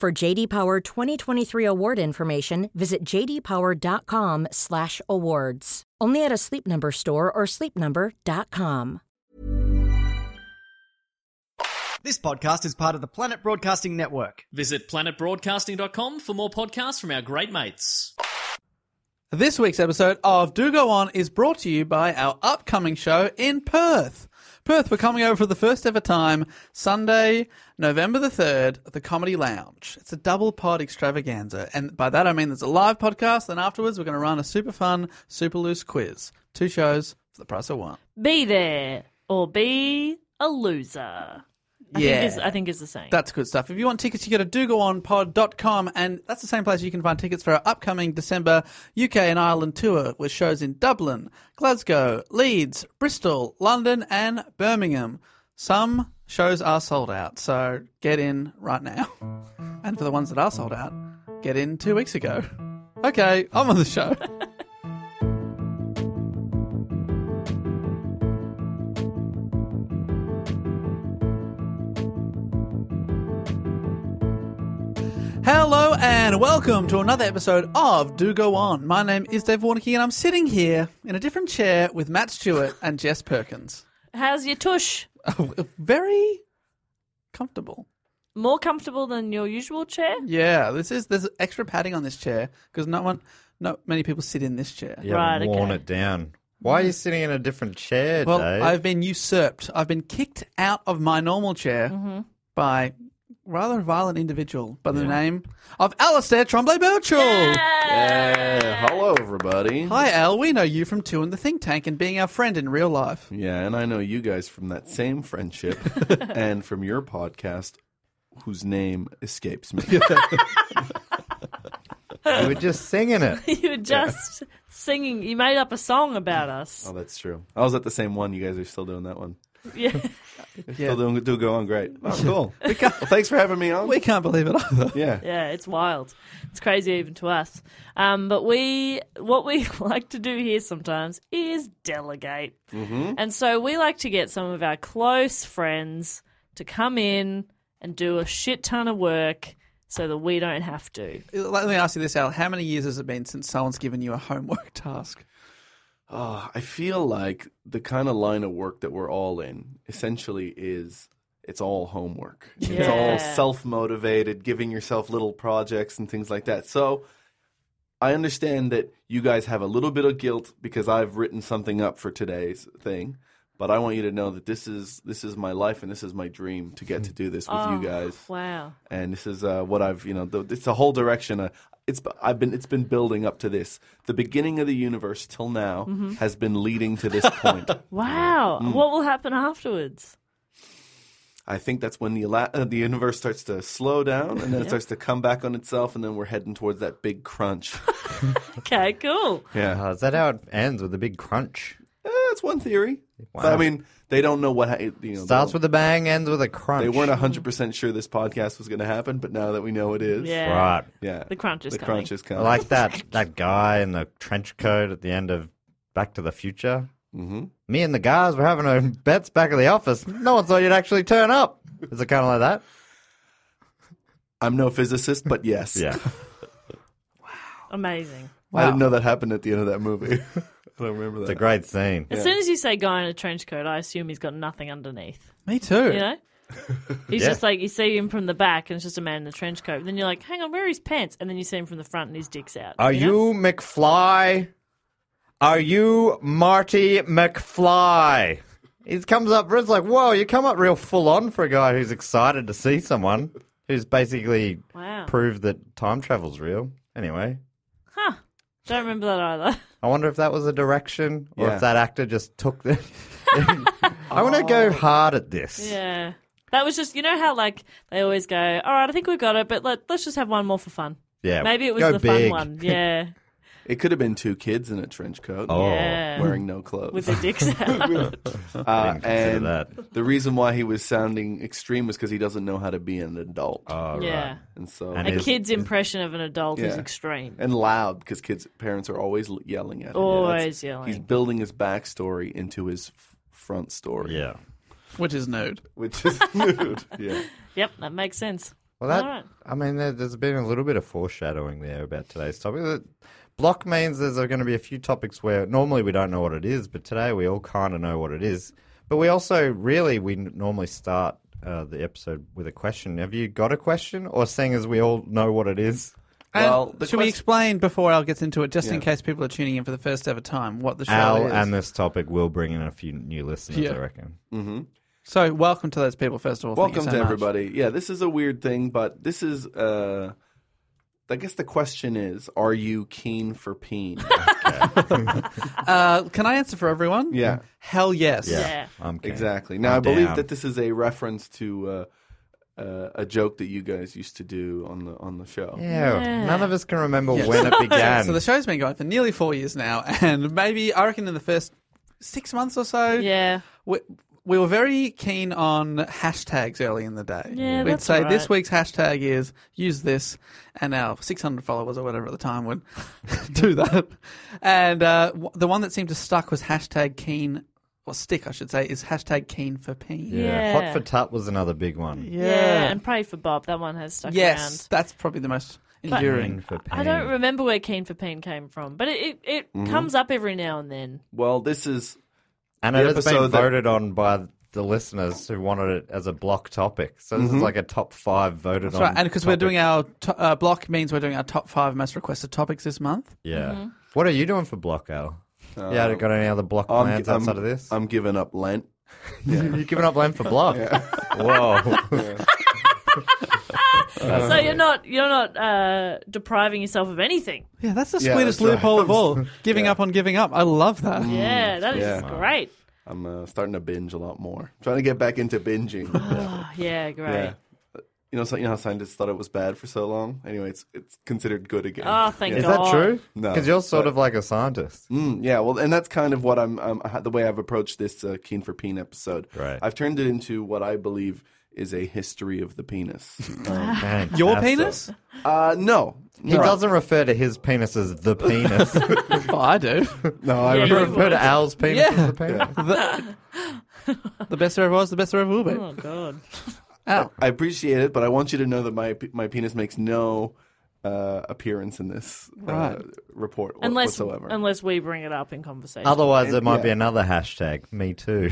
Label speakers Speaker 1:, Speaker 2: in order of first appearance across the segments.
Speaker 1: For JD Power 2023 award information, visit jdpower.com/awards. Only at a Sleep Number store or sleepnumber.com.
Speaker 2: This podcast is part of the Planet Broadcasting Network.
Speaker 3: Visit planetbroadcasting.com for more podcasts from our great mates.
Speaker 4: This week's episode of Do Go On is brought to you by our upcoming show in Perth. Perth, we're coming over for the first ever time Sunday, November the 3rd at the Comedy Lounge. It's a double pod extravaganza. And by that I mean there's a live podcast, and afterwards we're going to run a super fun, super loose quiz. Two shows for the price of one.
Speaker 5: Be there or be a loser. I
Speaker 4: Yeah.
Speaker 5: think is, I think is the same.
Speaker 4: That's good stuff. If you want tickets, you go to dogoonpod.com, and that's the same place you can find tickets for our upcoming December UK and Ireland tour with shows in Dublin, Glasgow, Leeds, Bristol, London, and Birmingham. Some shows are sold out, so get in right now. And for the ones that are sold out, get in two weeks ago. Okay, I'm on the show. Hello and welcome to another episode of Do Go On. My name is Dave Warnicky and I'm sitting here in a different chair with Matt Stewart and Jess Perkins. Oh,
Speaker 5: How's your tush?
Speaker 4: Very comfortable.
Speaker 5: More comfortable than your usual chair?
Speaker 4: Yeah, this is there's extra padding on this chair because no one, not many people sit in this chair.
Speaker 6: Yeah,
Speaker 5: Right,
Speaker 6: worn
Speaker 5: okay.
Speaker 6: it down. Why are you sitting in a different chair,
Speaker 4: Well,
Speaker 6: Dave?
Speaker 4: I've been usurped. I've been kicked out of my normal chair by rather a violent individual by the name of Alastair Tremblay Birchall.
Speaker 7: Yeah, hello everybody.
Speaker 4: Hi, Al. We know you from Two and the Think Tank and being our friend in real life.
Speaker 7: Yeah, and I know you guys from that same friendship and from your podcast whose name escapes me.
Speaker 6: we were just singing it.
Speaker 5: You were just singing. You made up a song about us.
Speaker 7: oh, that's true. I was at the same one. You guys are still doing that one.
Speaker 5: Yeah.
Speaker 7: Still doing do go on great. Oh, cool.
Speaker 4: We can't,
Speaker 7: Well, thanks for having me on.
Speaker 4: we can't believe it either.
Speaker 7: yeah.
Speaker 5: Yeah, it's wild. It's crazy even to us. Um, but we, what we like to do here sometimes is delegate. Mm-hmm. And so we like to get some of our close friends to come in and do a shit ton of work so that we don't have to.
Speaker 4: Let me ask you this, Al. How many years has it been since someone's given you a homework task?
Speaker 7: Oh, I feel like the kind of line of work that we're all in essentially is it's all homework. It's
Speaker 5: Yeah.
Speaker 7: all self motivated, giving yourself little projects and things like that. So I understand that you guys have a little bit of guilt because I've written something up for today's thing. But I want you to know that this is this is my life and this is my dream to get to do this with you guys
Speaker 5: Oh, Wow.
Speaker 7: and this is uh, what I've you know th- it's a whole direction. Uh, it's I've been it's been building up to this. The beginning of the universe till now has been leading to this point.
Speaker 5: Wow.
Speaker 7: Mm.
Speaker 5: What will happen afterwards?
Speaker 7: I think that's when the ala- uh, the universe starts to slow down and then it starts to come back on itself, and then we're heading towards that big crunch.
Speaker 5: Okay, cool.
Speaker 7: Yeah,
Speaker 6: Uh, is that how it ends with a big crunch?
Speaker 7: Eh, that's one theory. But I mean, they don't know what ha- you know.
Speaker 6: Starts
Speaker 7: they
Speaker 6: with a bang, ends with a crunch.
Speaker 7: They weren't hundred percent sure this podcast was going to happen, but now that we know it is,
Speaker 5: Yeah.
Speaker 6: Right.
Speaker 7: yeah,
Speaker 5: The crunch is
Speaker 7: the
Speaker 5: coming.
Speaker 7: crunch is
Speaker 6: I
Speaker 7: coming.
Speaker 6: like that that guy in the trench coat at the end of Back to the Future.
Speaker 7: hmm
Speaker 6: Me and the guys were having our bets back at the office. No one thought you'd actually turn up. Is it kind of like that?
Speaker 7: I'm no physicist, but yes,
Speaker 6: Yeah.
Speaker 5: Amazing.
Speaker 7: I didn't know that happened at the end of that movie. I don't remember
Speaker 6: It's a
Speaker 7: that.
Speaker 6: great scene.
Speaker 5: As soon as you say guy in a trench coat, I assume he's got nothing underneath.
Speaker 4: Me too.
Speaker 5: You know? He's
Speaker 6: Yeah.
Speaker 5: just like, you see him from the back and it's just a man in a trench coat. Then you're like, hang on, where are his pants? And then you see him from the front and his dick's out.
Speaker 6: Are
Speaker 5: know?
Speaker 6: you McFly? Are you Marty McFly? He comes up, it's like, whoa, you come up real full on for a guy who's excited to see someone who's basically
Speaker 5: Wow.
Speaker 6: proved that time travel's real. Anyway,
Speaker 5: huh. Don't remember that either.
Speaker 6: I wonder if that was a direction or
Speaker 7: Yeah.
Speaker 6: if that actor just took the. I want to go hard at this.
Speaker 5: yeah. That was just, you know how like they always go, all right, I think we've got it, but let, let's just have one more for fun.
Speaker 6: Yeah,
Speaker 5: Maybe it was
Speaker 6: go
Speaker 5: the
Speaker 6: big.
Speaker 5: fun one. Yeah.
Speaker 7: It could have been two kids in a trench coat,
Speaker 6: Oh,
Speaker 5: Yeah.
Speaker 7: wearing no clothes.
Speaker 5: With their dicks out.
Speaker 7: Uh,
Speaker 6: Consider
Speaker 7: and
Speaker 6: that.
Speaker 7: the reason why he was sounding extreme was because he doesn't know how to be an adult,
Speaker 5: yeah.
Speaker 7: and so
Speaker 6: And
Speaker 5: A
Speaker 6: is-
Speaker 5: kid's impression of an adult is
Speaker 7: Yeah.
Speaker 5: extreme.
Speaker 7: and loud because kids parents are always l- yelling at him.
Speaker 5: Always
Speaker 7: Yeah, that's-
Speaker 5: yelling.
Speaker 7: He's building his backstory into his f- front story.
Speaker 6: Yeah.
Speaker 4: Which is nude.
Speaker 7: which is nude. Yeah,
Speaker 5: Yep, that makes sense.
Speaker 6: Well, that
Speaker 5: All right.
Speaker 6: I mean, there, there's been a little bit of foreshadowing there about today's topic. The Block means there's going to be a few topics where normally we don't know what it is, but today we all kind of know what it is. But we also really we n- normally start uh, the episode with a question. Have you got a question, or seeing as we all know what it is?
Speaker 4: And
Speaker 7: Well,
Speaker 4: should
Speaker 7: the
Speaker 4: we
Speaker 7: quest-
Speaker 4: explain before Al gets into it, just in
Speaker 7: Yeah.
Speaker 4: case people are tuning in for the first ever time, what the show
Speaker 6: Al
Speaker 4: is?
Speaker 6: and this topic will bring in a few new listeners,
Speaker 4: Yeah.
Speaker 6: I reckon.
Speaker 4: so, welcome to those people, first of all. Thank you
Speaker 7: welcome
Speaker 4: so
Speaker 7: to
Speaker 4: much.
Speaker 7: everybody. Yeah, this is a weird thing, but this is. uh I guess the question is: Are you keen for peen?
Speaker 4: Uh, can I answer for everyone?
Speaker 7: Yeah.
Speaker 4: Hell yes.
Speaker 5: Yeah.
Speaker 6: I'm keen.
Speaker 7: Exactly. Now, i
Speaker 6: I'm
Speaker 7: believe
Speaker 6: down.
Speaker 7: that this is a reference to uh, uh, a joke that you guys used to do on the on the show.
Speaker 6: Yeah, none of us can remember
Speaker 4: Yeah.
Speaker 6: when it began.
Speaker 4: So the show's been going for nearly four years now, and maybe I reckon in the first six months or
Speaker 6: Oh,
Speaker 4: so,
Speaker 5: Yeah.
Speaker 4: we, we were very keen on hashtags early in the day.
Speaker 5: Yeah,
Speaker 4: We'd
Speaker 5: that's
Speaker 4: say this
Speaker 5: alright.
Speaker 4: week's hashtag is use this, and our 600 followers or whatever at the time would do that. And uh, w- the one that seemed to stuck was hashtag keen, or stick, I should say, is hashtag keen for peen.
Speaker 6: yeah.
Speaker 5: Yeah.
Speaker 6: Hot for Tut was another big one.
Speaker 5: Yeah. and pray for Bob. That one has stuck
Speaker 4: Yes, that's probably the most enduring.
Speaker 6: Keen for
Speaker 5: around. I don't
Speaker 6: pain.
Speaker 5: remember where Keen for Peen came from, but it, it, it
Speaker 6: Mm-hmm.
Speaker 5: comes up every now and then.
Speaker 7: Well, this is
Speaker 6: And
Speaker 7: the
Speaker 6: it has been
Speaker 7: episode that-
Speaker 6: voted on by the listeners who wanted it as a block topic. So this
Speaker 7: Mm-hmm.
Speaker 6: is like a top five voted
Speaker 4: That's
Speaker 6: on.
Speaker 4: right, and because we're
Speaker 6: topic.
Speaker 4: doing our to- uh, block means we're doing our top five most requested topics this month.
Speaker 6: Yeah. What are you doing for block, Al? yeah, I got any other block
Speaker 7: Um, I'm,
Speaker 6: plans
Speaker 7: I'm-
Speaker 6: outside of this?
Speaker 7: I'm giving up Lent.
Speaker 6: You're giving up land for block. Whoa. Uh,
Speaker 5: so you're not you're not uh, depriving yourself of anything.
Speaker 4: Yeah, that's the
Speaker 7: Yeah,
Speaker 4: sweetest
Speaker 7: that's right.
Speaker 4: loophole of all. Giving
Speaker 7: Yeah.
Speaker 4: up on giving up. I love that.
Speaker 6: Mm.
Speaker 5: Yeah, that is
Speaker 7: Yeah.
Speaker 5: great.
Speaker 7: I'm uh, starting to binge a lot more. trying to get back into binging.
Speaker 5: Oh, yeah, great.
Speaker 7: yeah. You know, so, you know how scientists thought it was bad for so long. Anyway, it's it's considered good again.
Speaker 5: Oh, thank
Speaker 6: Is
Speaker 5: God.
Speaker 6: that true?
Speaker 7: No,
Speaker 6: Because you're sort
Speaker 7: but-
Speaker 6: of like a scientist.
Speaker 7: Mm, yeah, well, and that's kind of what I'm, um, the way I've approached this uh, Keen for Peen episode.
Speaker 6: Right.
Speaker 7: I've turned it into what I believe is a history of the penis. Um,
Speaker 6: Man,
Speaker 4: Your
Speaker 6: that's-
Speaker 4: penis?
Speaker 7: uh, no.
Speaker 6: He doesn't refer to his penis as the penis.
Speaker 4: Oh, I do.
Speaker 7: No, I
Speaker 5: Yeah,
Speaker 6: you
Speaker 5: you
Speaker 6: refer
Speaker 5: would.
Speaker 6: to Al's penis as the penis.
Speaker 4: the, the best there ever was, the best there ever will be.
Speaker 5: Oh God.
Speaker 6: Oh.
Speaker 4: Ow.
Speaker 7: I appreciate it, but I want you to know that my pe- my penis makes no uh, appearance in this uh,
Speaker 4: Right.
Speaker 7: report wha-
Speaker 5: Unless
Speaker 7: whatsoever.
Speaker 5: unless we bring it up in conversation.
Speaker 6: Otherwise, there might
Speaker 7: yeah.
Speaker 6: be another hashtag, me too.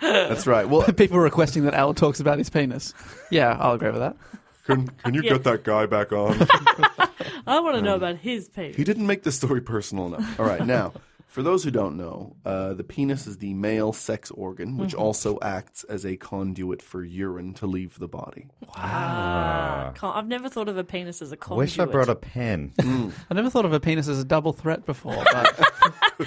Speaker 7: that's right. Well,
Speaker 4: People requesting that Al talks about his penis. Yeah, I'll agree with that.
Speaker 7: can, can you get that guy back on?
Speaker 5: I want to know about his penis.
Speaker 7: Mm. He didn't make the story personal enough. All right, now, for those who don't know, uh, the penis is the male sex organ, which also acts as a conduit for urine to leave the body.
Speaker 5: Ah, con- I've never thought of a penis as a
Speaker 6: I
Speaker 5: conduit.
Speaker 6: wish I brought a pen.
Speaker 7: Mm,
Speaker 4: I never thought of a penis as a double threat before, but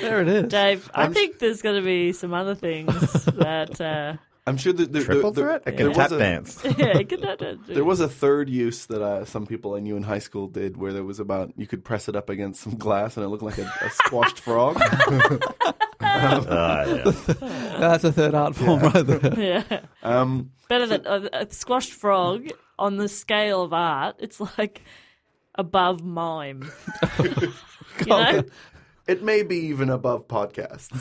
Speaker 4: there it is.
Speaker 5: Dave, I think there's going to be some other things that uh,
Speaker 2: I'm sure that there,
Speaker 6: Triple
Speaker 2: there,
Speaker 6: threat? I
Speaker 2: there,
Speaker 6: can
Speaker 2: was
Speaker 6: tap
Speaker 2: a,
Speaker 6: dance.
Speaker 5: yeah, you can do that.
Speaker 2: There was a third use that uh, some people I knew in high school did, where there was about you could press it up against some glass and it looked like a, a squashed frog.
Speaker 6: Ah, yeah.
Speaker 4: That's a third art form right there.
Speaker 5: Yeah.
Speaker 2: Um,
Speaker 5: Better than a, a squashed frog on the scale of art. It's like above mime. you know?
Speaker 2: it may be even above podcasts.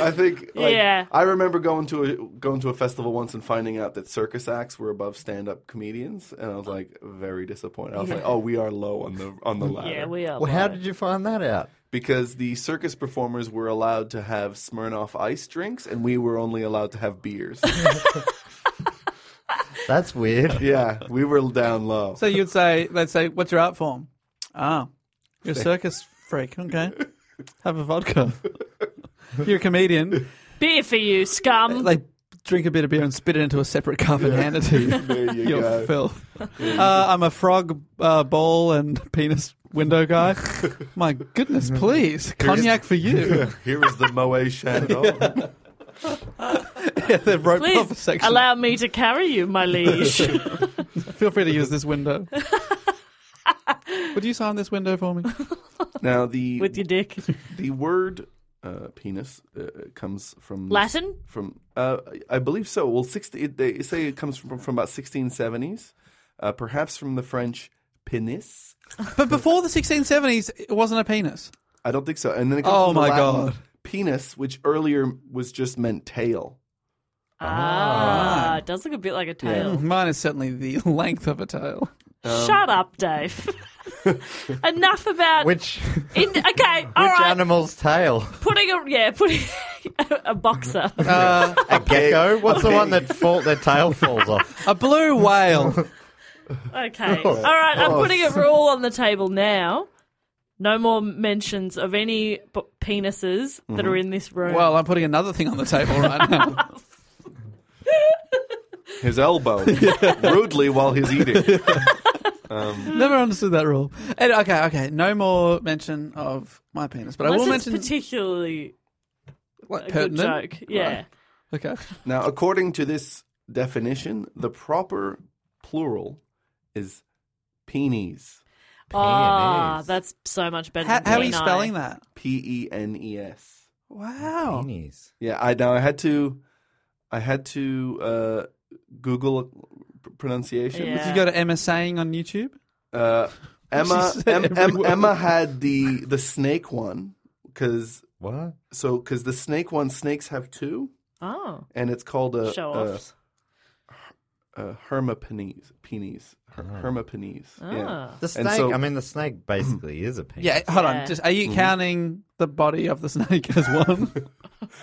Speaker 2: I think. Like,
Speaker 5: Yeah.
Speaker 2: I remember going to a, going to a festival once and finding out that circus acts were above stand up comedians, and I was like very disappointed. I was like, oh, we are low on the on the ladder.
Speaker 5: Yeah, we are.
Speaker 6: Well, how
Speaker 5: low.
Speaker 6: did you find that out?
Speaker 2: because the circus performers were allowed to have Smirnoff ice drinks, and we were only allowed to have beers.
Speaker 6: That's weird.
Speaker 2: yeah, we were down low.
Speaker 4: So you'd say, they'd say, what's your art form? Ah, you're a circus freak. Okay. Have a vodka. you're a comedian.
Speaker 5: Beer for you, scum.
Speaker 4: They drink a bit of beer and spit it into a separate cup and hand it to you.
Speaker 2: there you
Speaker 4: You're
Speaker 2: go.
Speaker 4: filth. Uh, I'm a frog uh, ball and penis window guy. My goodness, please. Cognac for you.
Speaker 2: Here is the Moet Chandon.
Speaker 4: yeah, they've roped off a
Speaker 5: Please
Speaker 4: section.
Speaker 5: allow me to carry you, my liege.
Speaker 4: Feel free to use this window. Would you sign this window for me?
Speaker 2: Now the
Speaker 5: With your dick.
Speaker 2: the word uh, penis uh, comes from
Speaker 5: Latin?
Speaker 2: From uh, I believe so. Well, 60, it, they say it comes from from about 1670s, uh, perhaps from the French penis.
Speaker 4: But before the 1670s, it wasn't a penis.
Speaker 2: I don't think so. And then it comes
Speaker 4: Oh
Speaker 2: from the
Speaker 4: my
Speaker 2: Latin
Speaker 4: God.
Speaker 2: penis, which earlier was just meant tail.
Speaker 5: Ah, it does look a bit like a tail.
Speaker 4: Mm, Mine is certainly the length of a tail.
Speaker 6: Um,
Speaker 5: Shut up, Dave. Enough about
Speaker 6: Which
Speaker 5: In, okay, all
Speaker 6: which
Speaker 5: right.
Speaker 6: animal's tail?
Speaker 5: Putting a yeah, putting a, a boxer.
Speaker 4: Uh,
Speaker 6: A gecko? What's the one that fall, their tail falls off?
Speaker 4: a blue whale.
Speaker 5: Okay,
Speaker 4: Oh.
Speaker 5: all right. I'm putting a rule on the table now. No more mentions of any b- penises that are in this room.
Speaker 4: Mm-hmm. Well, I'm putting another thing on the table right now.
Speaker 2: His elbow rudely while he's eating. Um,
Speaker 4: Never understood that rule. And, okay, okay. No more mention of my penis, but I
Speaker 5: Unless
Speaker 4: will
Speaker 5: it's
Speaker 4: mention
Speaker 5: particularly
Speaker 4: like,
Speaker 5: a
Speaker 4: pertinent.
Speaker 5: good joke. Yeah.
Speaker 4: Okay.
Speaker 2: Now, according to this definition, the proper plural is penis.
Speaker 5: Ah, that's so much better.
Speaker 4: How,
Speaker 5: than
Speaker 4: how are you
Speaker 5: peni.
Speaker 4: spelling that?
Speaker 2: P E N E S.
Speaker 5: Oh.
Speaker 4: Wow.
Speaker 6: Penis.
Speaker 2: Yeah, I now I had to, I had to uh, Google pr- pronunciation.
Speaker 5: Yeah.
Speaker 4: Did you go to Emma saying on YouTube?
Speaker 2: Uh, Emma
Speaker 4: She said
Speaker 2: em,
Speaker 4: every
Speaker 2: em,
Speaker 4: word.
Speaker 2: Emma had the the snake one because
Speaker 6: What?
Speaker 2: so because the snake one snakes have two
Speaker 5: Oh,
Speaker 2: and it's called a,
Speaker 5: show
Speaker 2: a,
Speaker 5: offs.
Speaker 2: a hermapenes penis her, hermapenes. Yeah.
Speaker 5: Ah.
Speaker 6: The snake.
Speaker 2: And so-
Speaker 6: I mean, the snake basically is a penis.
Speaker 4: Yeah, hold
Speaker 5: Yeah.
Speaker 4: on. Just are
Speaker 2: Mm-hmm.
Speaker 4: you counting the body of the snake as one?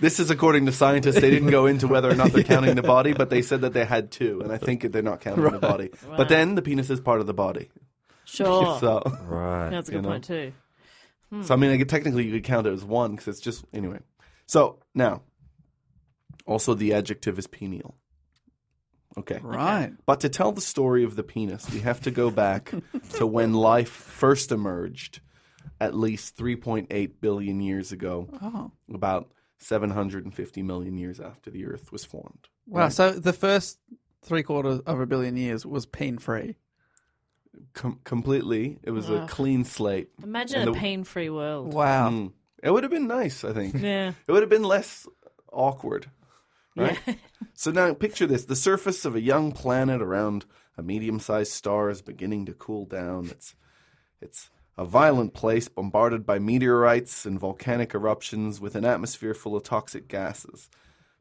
Speaker 2: This is according to scientists. They didn't go into whether or not they're counting the body, but they said that they had two, and I think they're not counting the body. But then the penis is part of the body.
Speaker 5: Sure,
Speaker 2: So.
Speaker 6: Right.
Speaker 5: that's a
Speaker 2: you
Speaker 5: good
Speaker 2: know.
Speaker 5: point too. Hmm.
Speaker 2: So I mean, I could, technically you could count it as one because it's just anyway. So now, also the adjective is penial. Okay.
Speaker 4: right.
Speaker 2: But Uh, to tell the story of the penis, we have to go back to when life first emerged, at least 3.8 billion years ago, about 750 million years after the Earth was formed.
Speaker 4: Wow. So the first three quarters of a billion years was pain free.
Speaker 2: Com- completely, it was a clean slate.
Speaker 5: Imagine
Speaker 2: And
Speaker 5: a
Speaker 2: the-
Speaker 5: pain-free world.
Speaker 4: Wow.
Speaker 2: Mm. It would have been nice, I think.
Speaker 5: Yeah.
Speaker 2: It would have been less awkward, right? so now picture this the surface of a young planet around a medium sized star is beginning to cool down. It's, it's a violent place bombarded by meteorites and volcanic eruptions with an atmosphere full of toxic gases.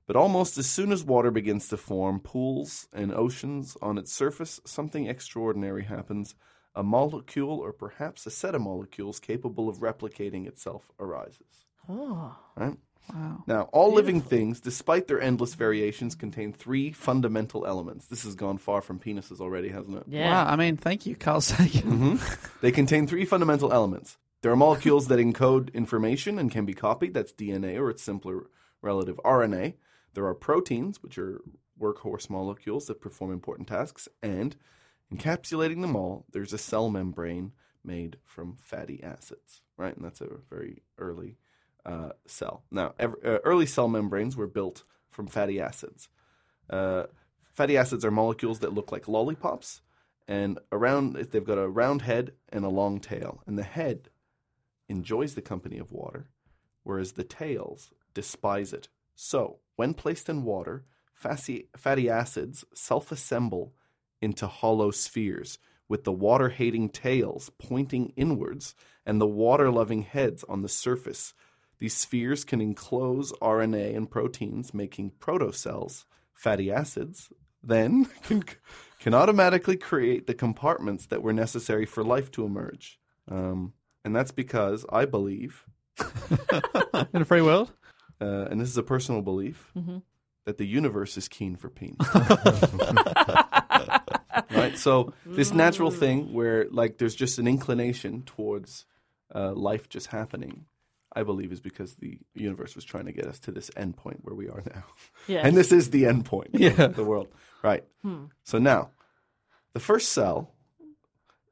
Speaker 2: But almost as soon as water begins to form pools and oceans on its surface, something extraordinary happens. A molecule, or perhaps a set of molecules capable of replicating itself, arises.
Speaker 5: Oh,
Speaker 2: Right? Wow. Now, all living things, despite their endless variations, contain three fundamental elements. This has gone far from penises already, hasn't it?
Speaker 5: Yeah.
Speaker 4: Wow. I mean, thank you, Carl Sagan.
Speaker 7: Mm-hmm.
Speaker 2: They contain three fundamental elements. There are molecules that encode information and can be copied. That's DNA or its simpler relative RNA. There are proteins, which are workhorse molecules that perform important tasks. And encapsulating them all, there's a cell membrane made from fatty acids, right? And that's a very early uh, cell. Now, ev- uh, early cell membranes were built
Speaker 7: from fatty acids. Uh, fatty acids are molecules that look like lollipops, and around they've got a round head and a long tail, and the head enjoys the company of water, whereas the tails despise it. So, when placed in water, fatty, fatty acids self assemble into hollow spheres, with the water hating tails pointing inwards and the water loving heads on the surface. These spheres can enclose RNA and proteins, making protocells, fatty acids, then can, can automatically create the compartments that were necessary for life to emerge. Um, and that's because I believe
Speaker 4: In a free world?
Speaker 7: uh, and this is a personal belief, that the universe is keen for penis. right? So this natural thing where like there's just an inclination towards uh, life just happening, I believe, is because the universe was trying to get us to this end point where we are now,
Speaker 5: Yeah.
Speaker 7: and this is the end point of the world. Right. So now, the first cell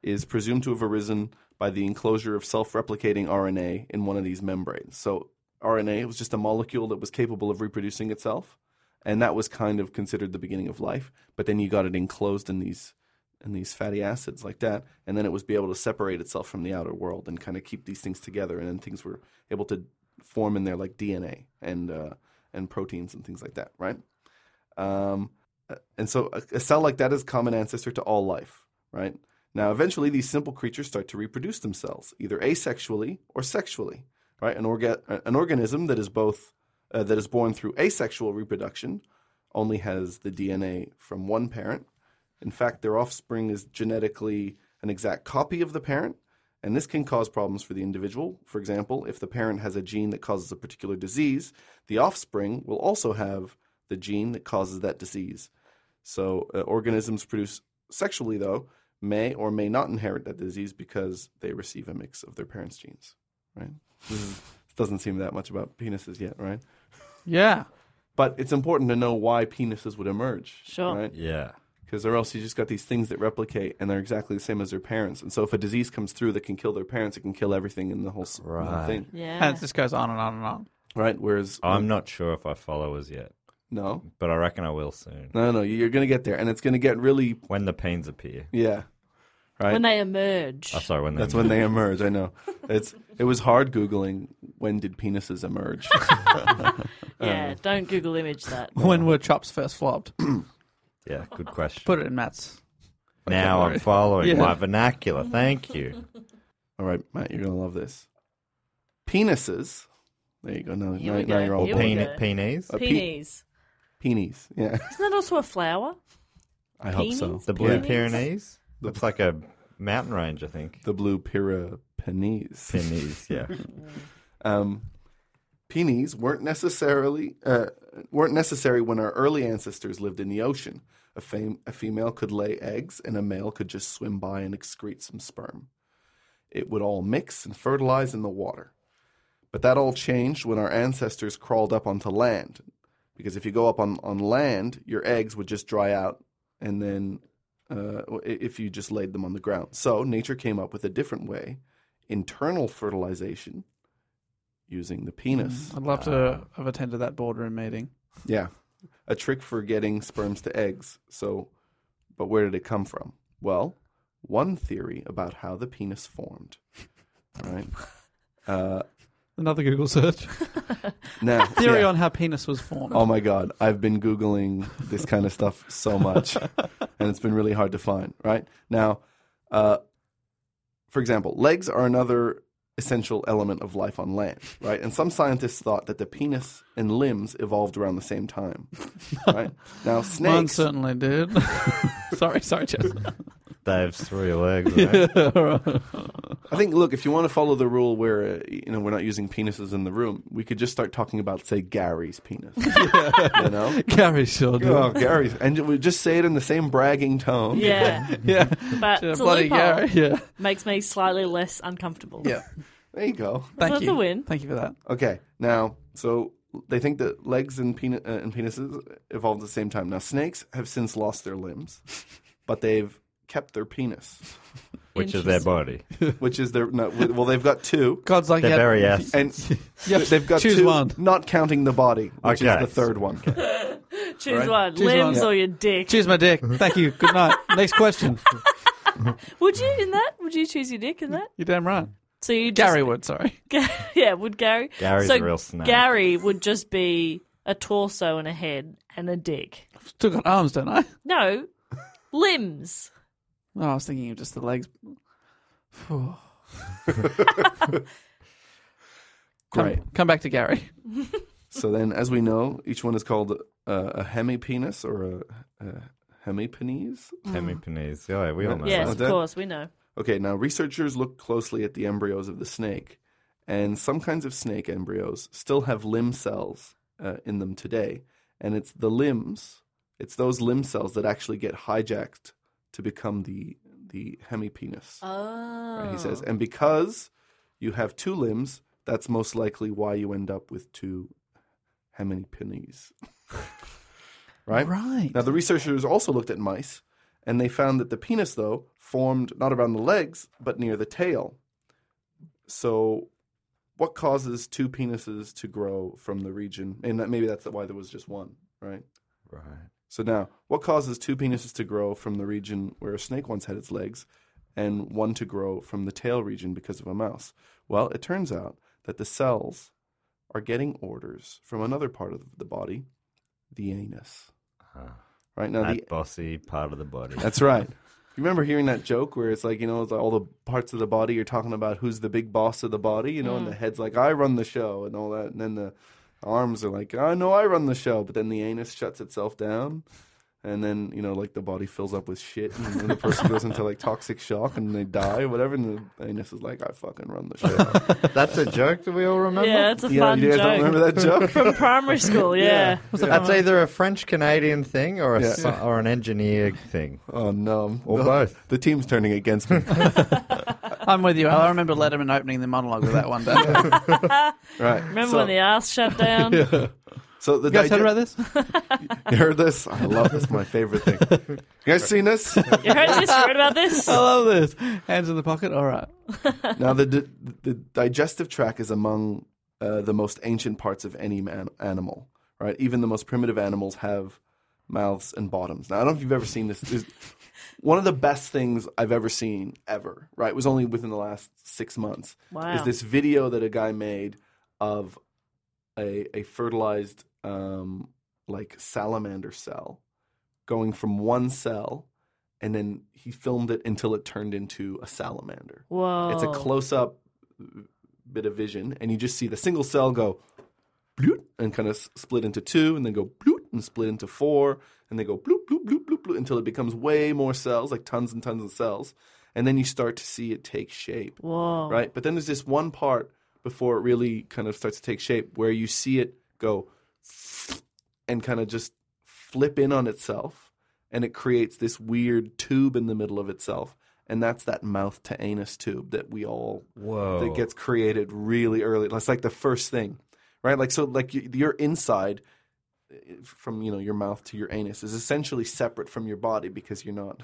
Speaker 7: is presumed to have arisen by the enclosure of self replicating RNA in one of these membranes. So, RNA was just a molecule that was capable of reproducing itself, and that was kind of considered the beginning of life. But then you got it enclosed in these. in these fatty acids like that, and then it was be able to separate itself from the outer world and kind of keep these things together, and then things were able to form in there like DNA and uh, and proteins and things like that, right? Um, and so a, a cell like that is common ancestor to all life, right? Now, eventually, these simple creatures start to reproduce themselves, either asexually or sexually, right? An, orga- uh, an organism that is both uh, that is born through asexual reproduction only has the DNA from one parent. In fact, their offspring is genetically an exact copy of the parent, and this can cause problems for the individual. For example, if the parent has a gene that causes a particular disease, the offspring will also have the gene that causes that disease. So, uh, organisms produced sexually, though, may or may not inherit that disease because they receive a mix of their parents' genes, right? Doesn't seem that much about penises yet, right?
Speaker 4: Yeah.
Speaker 7: But it's important to know why penises would emerge.
Speaker 5: Sure.
Speaker 7: Right?
Speaker 6: Yeah.
Speaker 7: because or else you just got these things that replicate and they're exactly the same as their parents. And so if a disease comes through that can kill their parents, it can kill everything in the whole, s- the whole
Speaker 6: Right.
Speaker 2: Mm.
Speaker 7: thing,
Speaker 5: Yeah.
Speaker 4: And it just goes on and on and on.
Speaker 7: right? Whereas
Speaker 6: I'm not sure if I follow as yet,
Speaker 7: no,
Speaker 6: but I reckon I will soon.
Speaker 7: no, no, you're gonna get there, and it's gonna get really
Speaker 6: When the pains appear.
Speaker 7: yeah, right.
Speaker 5: When they emerge.
Speaker 6: Oh, sorry, when they
Speaker 7: That's when they emerge. I know it's it was hard googling when did penises emerge. Uh,
Speaker 5: yeah. Don't Google image that.
Speaker 4: When were chops first flopped?
Speaker 6: Yeah, good question.
Speaker 4: Put it in Matt's.
Speaker 6: now I'm following
Speaker 4: Yeah.
Speaker 6: my vernacular. Thank you.
Speaker 7: All right, Matt, you're gonna love this. Penises. There you go. Now,
Speaker 5: Here
Speaker 7: now,
Speaker 5: we
Speaker 7: now
Speaker 5: go.
Speaker 7: you're all
Speaker 6: Or
Speaker 5: Here we
Speaker 7: bored.
Speaker 5: go.
Speaker 6: peni- penis.
Speaker 7: A pe-
Speaker 5: Peonies.
Speaker 7: Penis. Yeah,
Speaker 5: Isn't that also a flower?
Speaker 7: I hope so.
Speaker 5: Penis?
Speaker 6: The Blue
Speaker 5: Yeah.
Speaker 6: Pyrenees. Looks like a mountain range, I think.
Speaker 7: The blue pira penis.
Speaker 6: Pyrenees, yeah.
Speaker 7: um, peonies weren't necessarily uh, weren't necessary when our early ancestors lived in the ocean. A, fem- a female could lay eggs, and a male could just swim by and excrete some sperm. It would all mix and fertilize in the water. But that all changed when our ancestors crawled up onto land. Because if you go up on, on land, your eggs would just dry out, and then uh, i- if you just laid them on the ground. So nature came up with a different way internal fertilization using the penis.
Speaker 4: I'd love to have attended that boardroom meeting.
Speaker 7: Uh, Yeah. A trick for getting sperms to eggs. So, but where did it come from? Well, one theory about how the penis formed. All right. Uh,
Speaker 4: Another Google search.
Speaker 7: now,
Speaker 4: Theory
Speaker 7: yeah.
Speaker 4: on how penis was formed.
Speaker 7: Oh my God, I've been Googling this kind of stuff so much, and it's been really hard to find, right? Now, uh, for example, legs are another essential element of life on land, right? And some scientists thought that the penis and limbs evolved around the same time, right? Now,
Speaker 4: Mine
Speaker 7: snakes.
Speaker 4: certainly did. sorry, sorry, Jess.
Speaker 6: Dave's three legs. right?
Speaker 7: I think, look, if you want to follow the rule where uh, you know we're not using penises in the room, we could just start talking about, say, Gary's penis, you know?
Speaker 4: Gary sure did.
Speaker 7: Oh, Gary's, and we just say it in the same bragging tone.
Speaker 5: Yeah.
Speaker 4: Yeah.
Speaker 5: But it's a
Speaker 4: Bloody
Speaker 5: loophole.
Speaker 4: Gary. Yeah.
Speaker 5: Makes me slightly less uncomfortable.
Speaker 7: Yeah. There you go.
Speaker 4: Thank
Speaker 5: That's
Speaker 4: you.
Speaker 5: a win.
Speaker 4: Thank you for that. Oh,
Speaker 7: Okay, now so they think that legs and, peni- uh, and penises evolved at the same time. Now snakes have since lost their limbs, but they've kept their penis.
Speaker 6: which is their body.
Speaker 7: which is their no, well, they've got two,
Speaker 4: God's like,
Speaker 6: Their
Speaker 4: yeah,
Speaker 6: very ass.
Speaker 7: and
Speaker 4: Yeah,
Speaker 7: they've got
Speaker 4: choose
Speaker 7: two,
Speaker 4: one.
Speaker 7: not counting the body, which is
Speaker 6: Okay.
Speaker 7: the third one.
Speaker 5: Choose
Speaker 7: Right.
Speaker 5: one,
Speaker 4: Choose
Speaker 5: limbs
Speaker 4: one.
Speaker 5: or your dick.
Speaker 4: Choose my dick. Thank you. Good night. Next question.
Speaker 5: Would you in that? Would you choose your dick in that?
Speaker 4: You're damn right.
Speaker 5: So you just,
Speaker 4: Gary would, sorry.
Speaker 5: yeah, would Gary?
Speaker 6: Gary's
Speaker 5: so
Speaker 6: a real snake.
Speaker 5: Gary would just be a torso and a head and a dick.
Speaker 4: Still got arms, don't I?
Speaker 5: No, limbs.
Speaker 4: No, I was thinking of just the legs. Phew. come,
Speaker 7: Great.
Speaker 4: Come back to Gary.
Speaker 7: So then, as we know, each one is called uh, a hemipenis or a, a hemipenes.
Speaker 6: Hemipenes. Yeah, we all know
Speaker 5: Yes,
Speaker 6: that.
Speaker 5: of
Speaker 7: that-
Speaker 5: course, we know.
Speaker 7: Okay, now researchers look closely at the embryos of the snake, and some kinds of snake embryos still have limb cells uh, in them today. And it's the limbs, it's those limb cells that actually get hijacked to become the the hemipenis.
Speaker 5: Oh,
Speaker 7: right, he says, and because you have two limbs, that's most likely why you end up with two hemipenes. right?
Speaker 4: Right.
Speaker 7: Now, the researchers also looked at mice, and they found that the penis, though, formed not around the legs, but near the tail. So, what causes two penises to grow from the region? And that, maybe that's why there was just one, right?
Speaker 6: Right.
Speaker 7: So, now, what causes two penises to grow from the region where a snake once had its legs and one to grow from the tail region because of a mouse? Well, it turns out that the cells are getting orders from another part of the body, the anus. Right now, the
Speaker 6: That bossy part of the body.
Speaker 7: that's right. You remember hearing that joke where it's like, you know, it's all the parts of the body you're talking about who's the big boss of the body, you know, and the head's like, I run the show and all that. And then the arms are like, I know I run the show. But then the anus shuts itself down. And then, you know, like the body fills up with shit and then the person goes into like toxic shock and they die or whatever. And the anus is like, I fucking run the show.
Speaker 6: That's a joke that we all remember.
Speaker 5: yeah, it's a
Speaker 7: you, know,
Speaker 5: fun
Speaker 7: you guys don't
Speaker 5: joke
Speaker 7: remember that joke?
Speaker 5: from primary school. Yeah,
Speaker 6: That's either a French Canadian thing or a
Speaker 7: Yeah.
Speaker 6: sci- or an engineer thing.
Speaker 7: oh, no.
Speaker 6: Or
Speaker 7: The-
Speaker 6: both.
Speaker 7: The team's turning against me.
Speaker 4: I'm with you. I remember Letterman opening the monologue with that one day. you
Speaker 7: right.
Speaker 5: remember
Speaker 7: so,
Speaker 5: when the ass shut down?
Speaker 7: So the
Speaker 4: guys heard
Speaker 7: digest-
Speaker 4: about this?
Speaker 7: You heard this? I love this. My favorite thing. You guys seen this?
Speaker 5: You heard this? You heard about this?
Speaker 4: I love this. Hands in the pocket. All right.
Speaker 7: now, the, di- the digestive tract is among uh, the most ancient parts of any man- animal, right? Even the most primitive animals have mouths and bottoms. Now, I don't know if you've ever seen this. There's- one of the best things I've ever seen ever, right? was only within the last six months.
Speaker 5: Wow.
Speaker 7: Is this video that a guy made of a, a fertilized um, like salamander cell going from one cell and then he filmed it until it turned into a salamander.
Speaker 5: Whoa!
Speaker 7: It's a close up bit of vision, and you just see the single cell go bloop and kind of split into two, and then go bloop and split into four, and they go bloop, bloop, bloop, bloop, bloop until it becomes way more cells, like tons and tons of cells. And then you start to see it take shape,
Speaker 5: Whoa!
Speaker 7: right? But then there's this one part before it really kind of starts to take shape where you see it go and kind of just flip in on itself and it creates this weird tube in the middle of itself and that's that mouth to anus tube that we all
Speaker 6: Whoa.
Speaker 7: that gets created really early that's like the first thing right like so like y- your inside eh, from you know your mouth to your anus is essentially separate from your body because you're not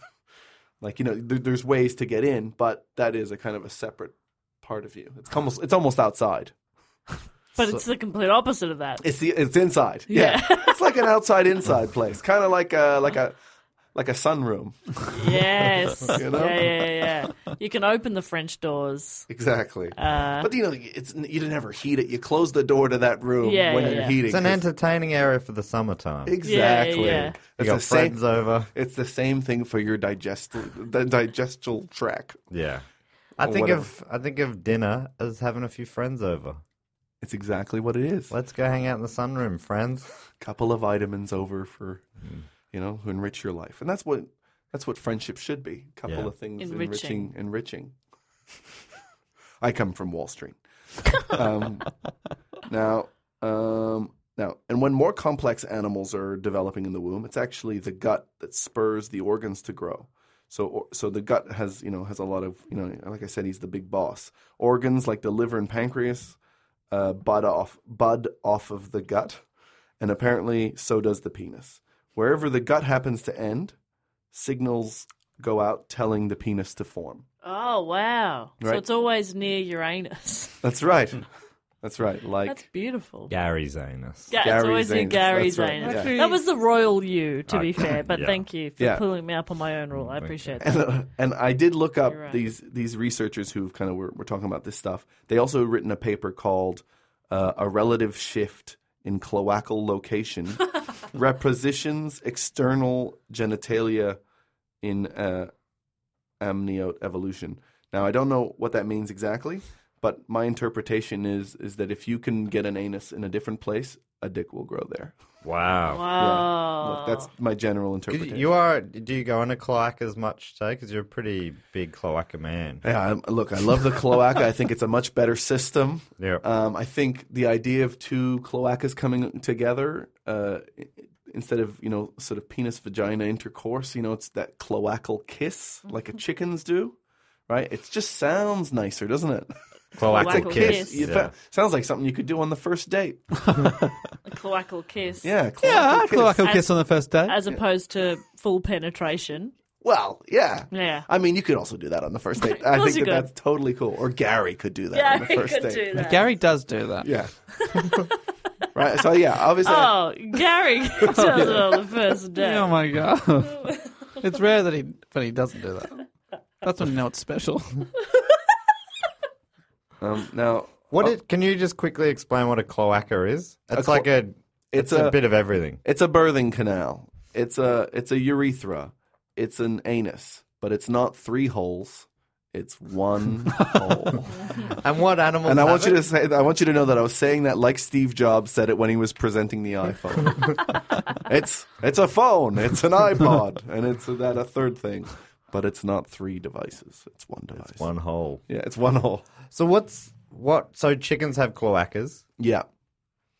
Speaker 7: like you know there, there's ways to get in but that is a kind of a separate part of you it's almost it's almost outside
Speaker 5: But it's the complete opposite of that.
Speaker 7: it's the it's inside. Yeah, it's like an outside inside place, kind of like a like a like a sunroom.
Speaker 5: Yes.
Speaker 7: You know?
Speaker 5: Yeah, yeah, yeah. You can open the French doors. Uh,
Speaker 7: Exactly. but you know, it's you never heat it. You close the door to that room
Speaker 5: Yeah,
Speaker 7: when
Speaker 5: yeah,
Speaker 7: you're
Speaker 5: yeah.
Speaker 7: heating.
Speaker 6: It's an
Speaker 7: 'cause-
Speaker 6: entertaining area for the summertime.
Speaker 7: exactly.
Speaker 5: Yeah, yeah, yeah.
Speaker 6: You
Speaker 7: It's
Speaker 6: got
Speaker 7: the
Speaker 6: friends
Speaker 7: same.
Speaker 6: over.
Speaker 7: It's the same thing for your digestive the digestal tract.
Speaker 6: Yeah. I
Speaker 7: Or
Speaker 6: think
Speaker 7: whatever.
Speaker 6: of I think of dinner as having a few friends over.
Speaker 7: It's exactly what it is.
Speaker 6: Let's go hang out in the sunroom, friends.
Speaker 7: couple of vitamins over for you know who enrich your life and that's what that's what friendship should be couple
Speaker 6: Yeah.
Speaker 7: of things
Speaker 5: Enriching.
Speaker 7: enriching enriching i come from wall street um, now um, now and when more complex animals are developing in the womb it's actually the gut that spurs the organs to grow so or, so the gut has you know has a lot of you know like i said he's the big boss organs like the liver and pancreas uh, bud off bud off of the gut and apparently so does the penis. Wherever the gut happens to end, signals go out telling the penis to form.
Speaker 5: Oh, wow. So
Speaker 7: Right.
Speaker 5: it's always near Uranus.
Speaker 7: That's right. That's right. Like
Speaker 5: That's beautiful.
Speaker 8: Gary's anus.
Speaker 5: Yeah, it's
Speaker 7: Gary's
Speaker 5: always near
Speaker 7: anus.
Speaker 5: Gary's
Speaker 7: That's right.
Speaker 5: anus.
Speaker 7: Yeah.
Speaker 5: That was the royal you, to be fair, but
Speaker 8: yeah.
Speaker 5: thank you for
Speaker 7: Yeah.
Speaker 5: pulling me up on my own rule. I appreciate that.
Speaker 7: and, and I did look up
Speaker 5: You're right.
Speaker 7: these these researchers who kind of were, were talking about this stuff. They also written a paper called uh, "A Relative Shift in Cloacal Location: Repositions External Genitalia in uh, Amniote Evolution." Now I don't know what that means exactly, but my interpretation is is that if you can get an anus in a different place, a dick will grow there.
Speaker 8: Wow.
Speaker 5: Wow.
Speaker 7: That's my general
Speaker 6: 'Cause
Speaker 7: interpretation.
Speaker 6: You are. Do you go into cloaca as much today? Because you're a pretty big cloaca man.
Speaker 7: Yeah, I, look, I love the cloaca. I think it's a much better system.
Speaker 6: Yeah.
Speaker 7: Um, I think the idea of two cloacas coming together uh, i- instead of you know sort of penis vagina intercourse, you know, it's that cloacal kiss like a chickens do, right? It just sounds nicer, doesn't it?
Speaker 5: Cloacal kiss.
Speaker 7: You
Speaker 8: Yeah.
Speaker 7: fa- Sounds like something you could do on the first date.
Speaker 5: A cloacal kiss.
Speaker 7: Yeah, cloacal
Speaker 4: Yeah, I
Speaker 7: kiss.
Speaker 4: feel like I'll
Speaker 5: As-
Speaker 4: kiss on the first date.
Speaker 5: As opposed to full penetration.
Speaker 7: Well, yeah.
Speaker 5: Yeah.
Speaker 7: I mean, you could also do that on the first date. I
Speaker 5: course
Speaker 7: think
Speaker 5: you
Speaker 7: that
Speaker 5: could.
Speaker 7: that's totally cool. Or Gary could do that on the
Speaker 5: Gary
Speaker 7: first date.
Speaker 5: could do that.
Speaker 4: Gary does do that.
Speaker 7: Yeah. right. So yeah, obviously.
Speaker 5: Oh, Gary does it on the first day.
Speaker 4: Oh my god! it's rare that he, but he doesn't do that. That's when you know it's special.
Speaker 7: Um, now
Speaker 6: What did- can you just quickly explain what a cloaca is? It's
Speaker 7: clo-
Speaker 6: like a. It's,
Speaker 7: it's
Speaker 6: a,
Speaker 7: a-
Speaker 6: bit of everything.
Speaker 7: it's a birthing canal. It's a it's a urethra. It's an anus, but it's not three holes. It's one hole.
Speaker 6: And what animals?
Speaker 7: And I
Speaker 6: have
Speaker 7: want you
Speaker 6: it?
Speaker 7: to say I want you to know that I was saying that like Steve Jobs said it when he was presenting the iPhone. it's it's a phone. It's an iPod, and it's that a third thing. But it's not three devices. It's one device.
Speaker 6: one hole.
Speaker 7: Yeah, it's one hole.
Speaker 6: So what's what? So chickens have cloacas,
Speaker 7: Yeah.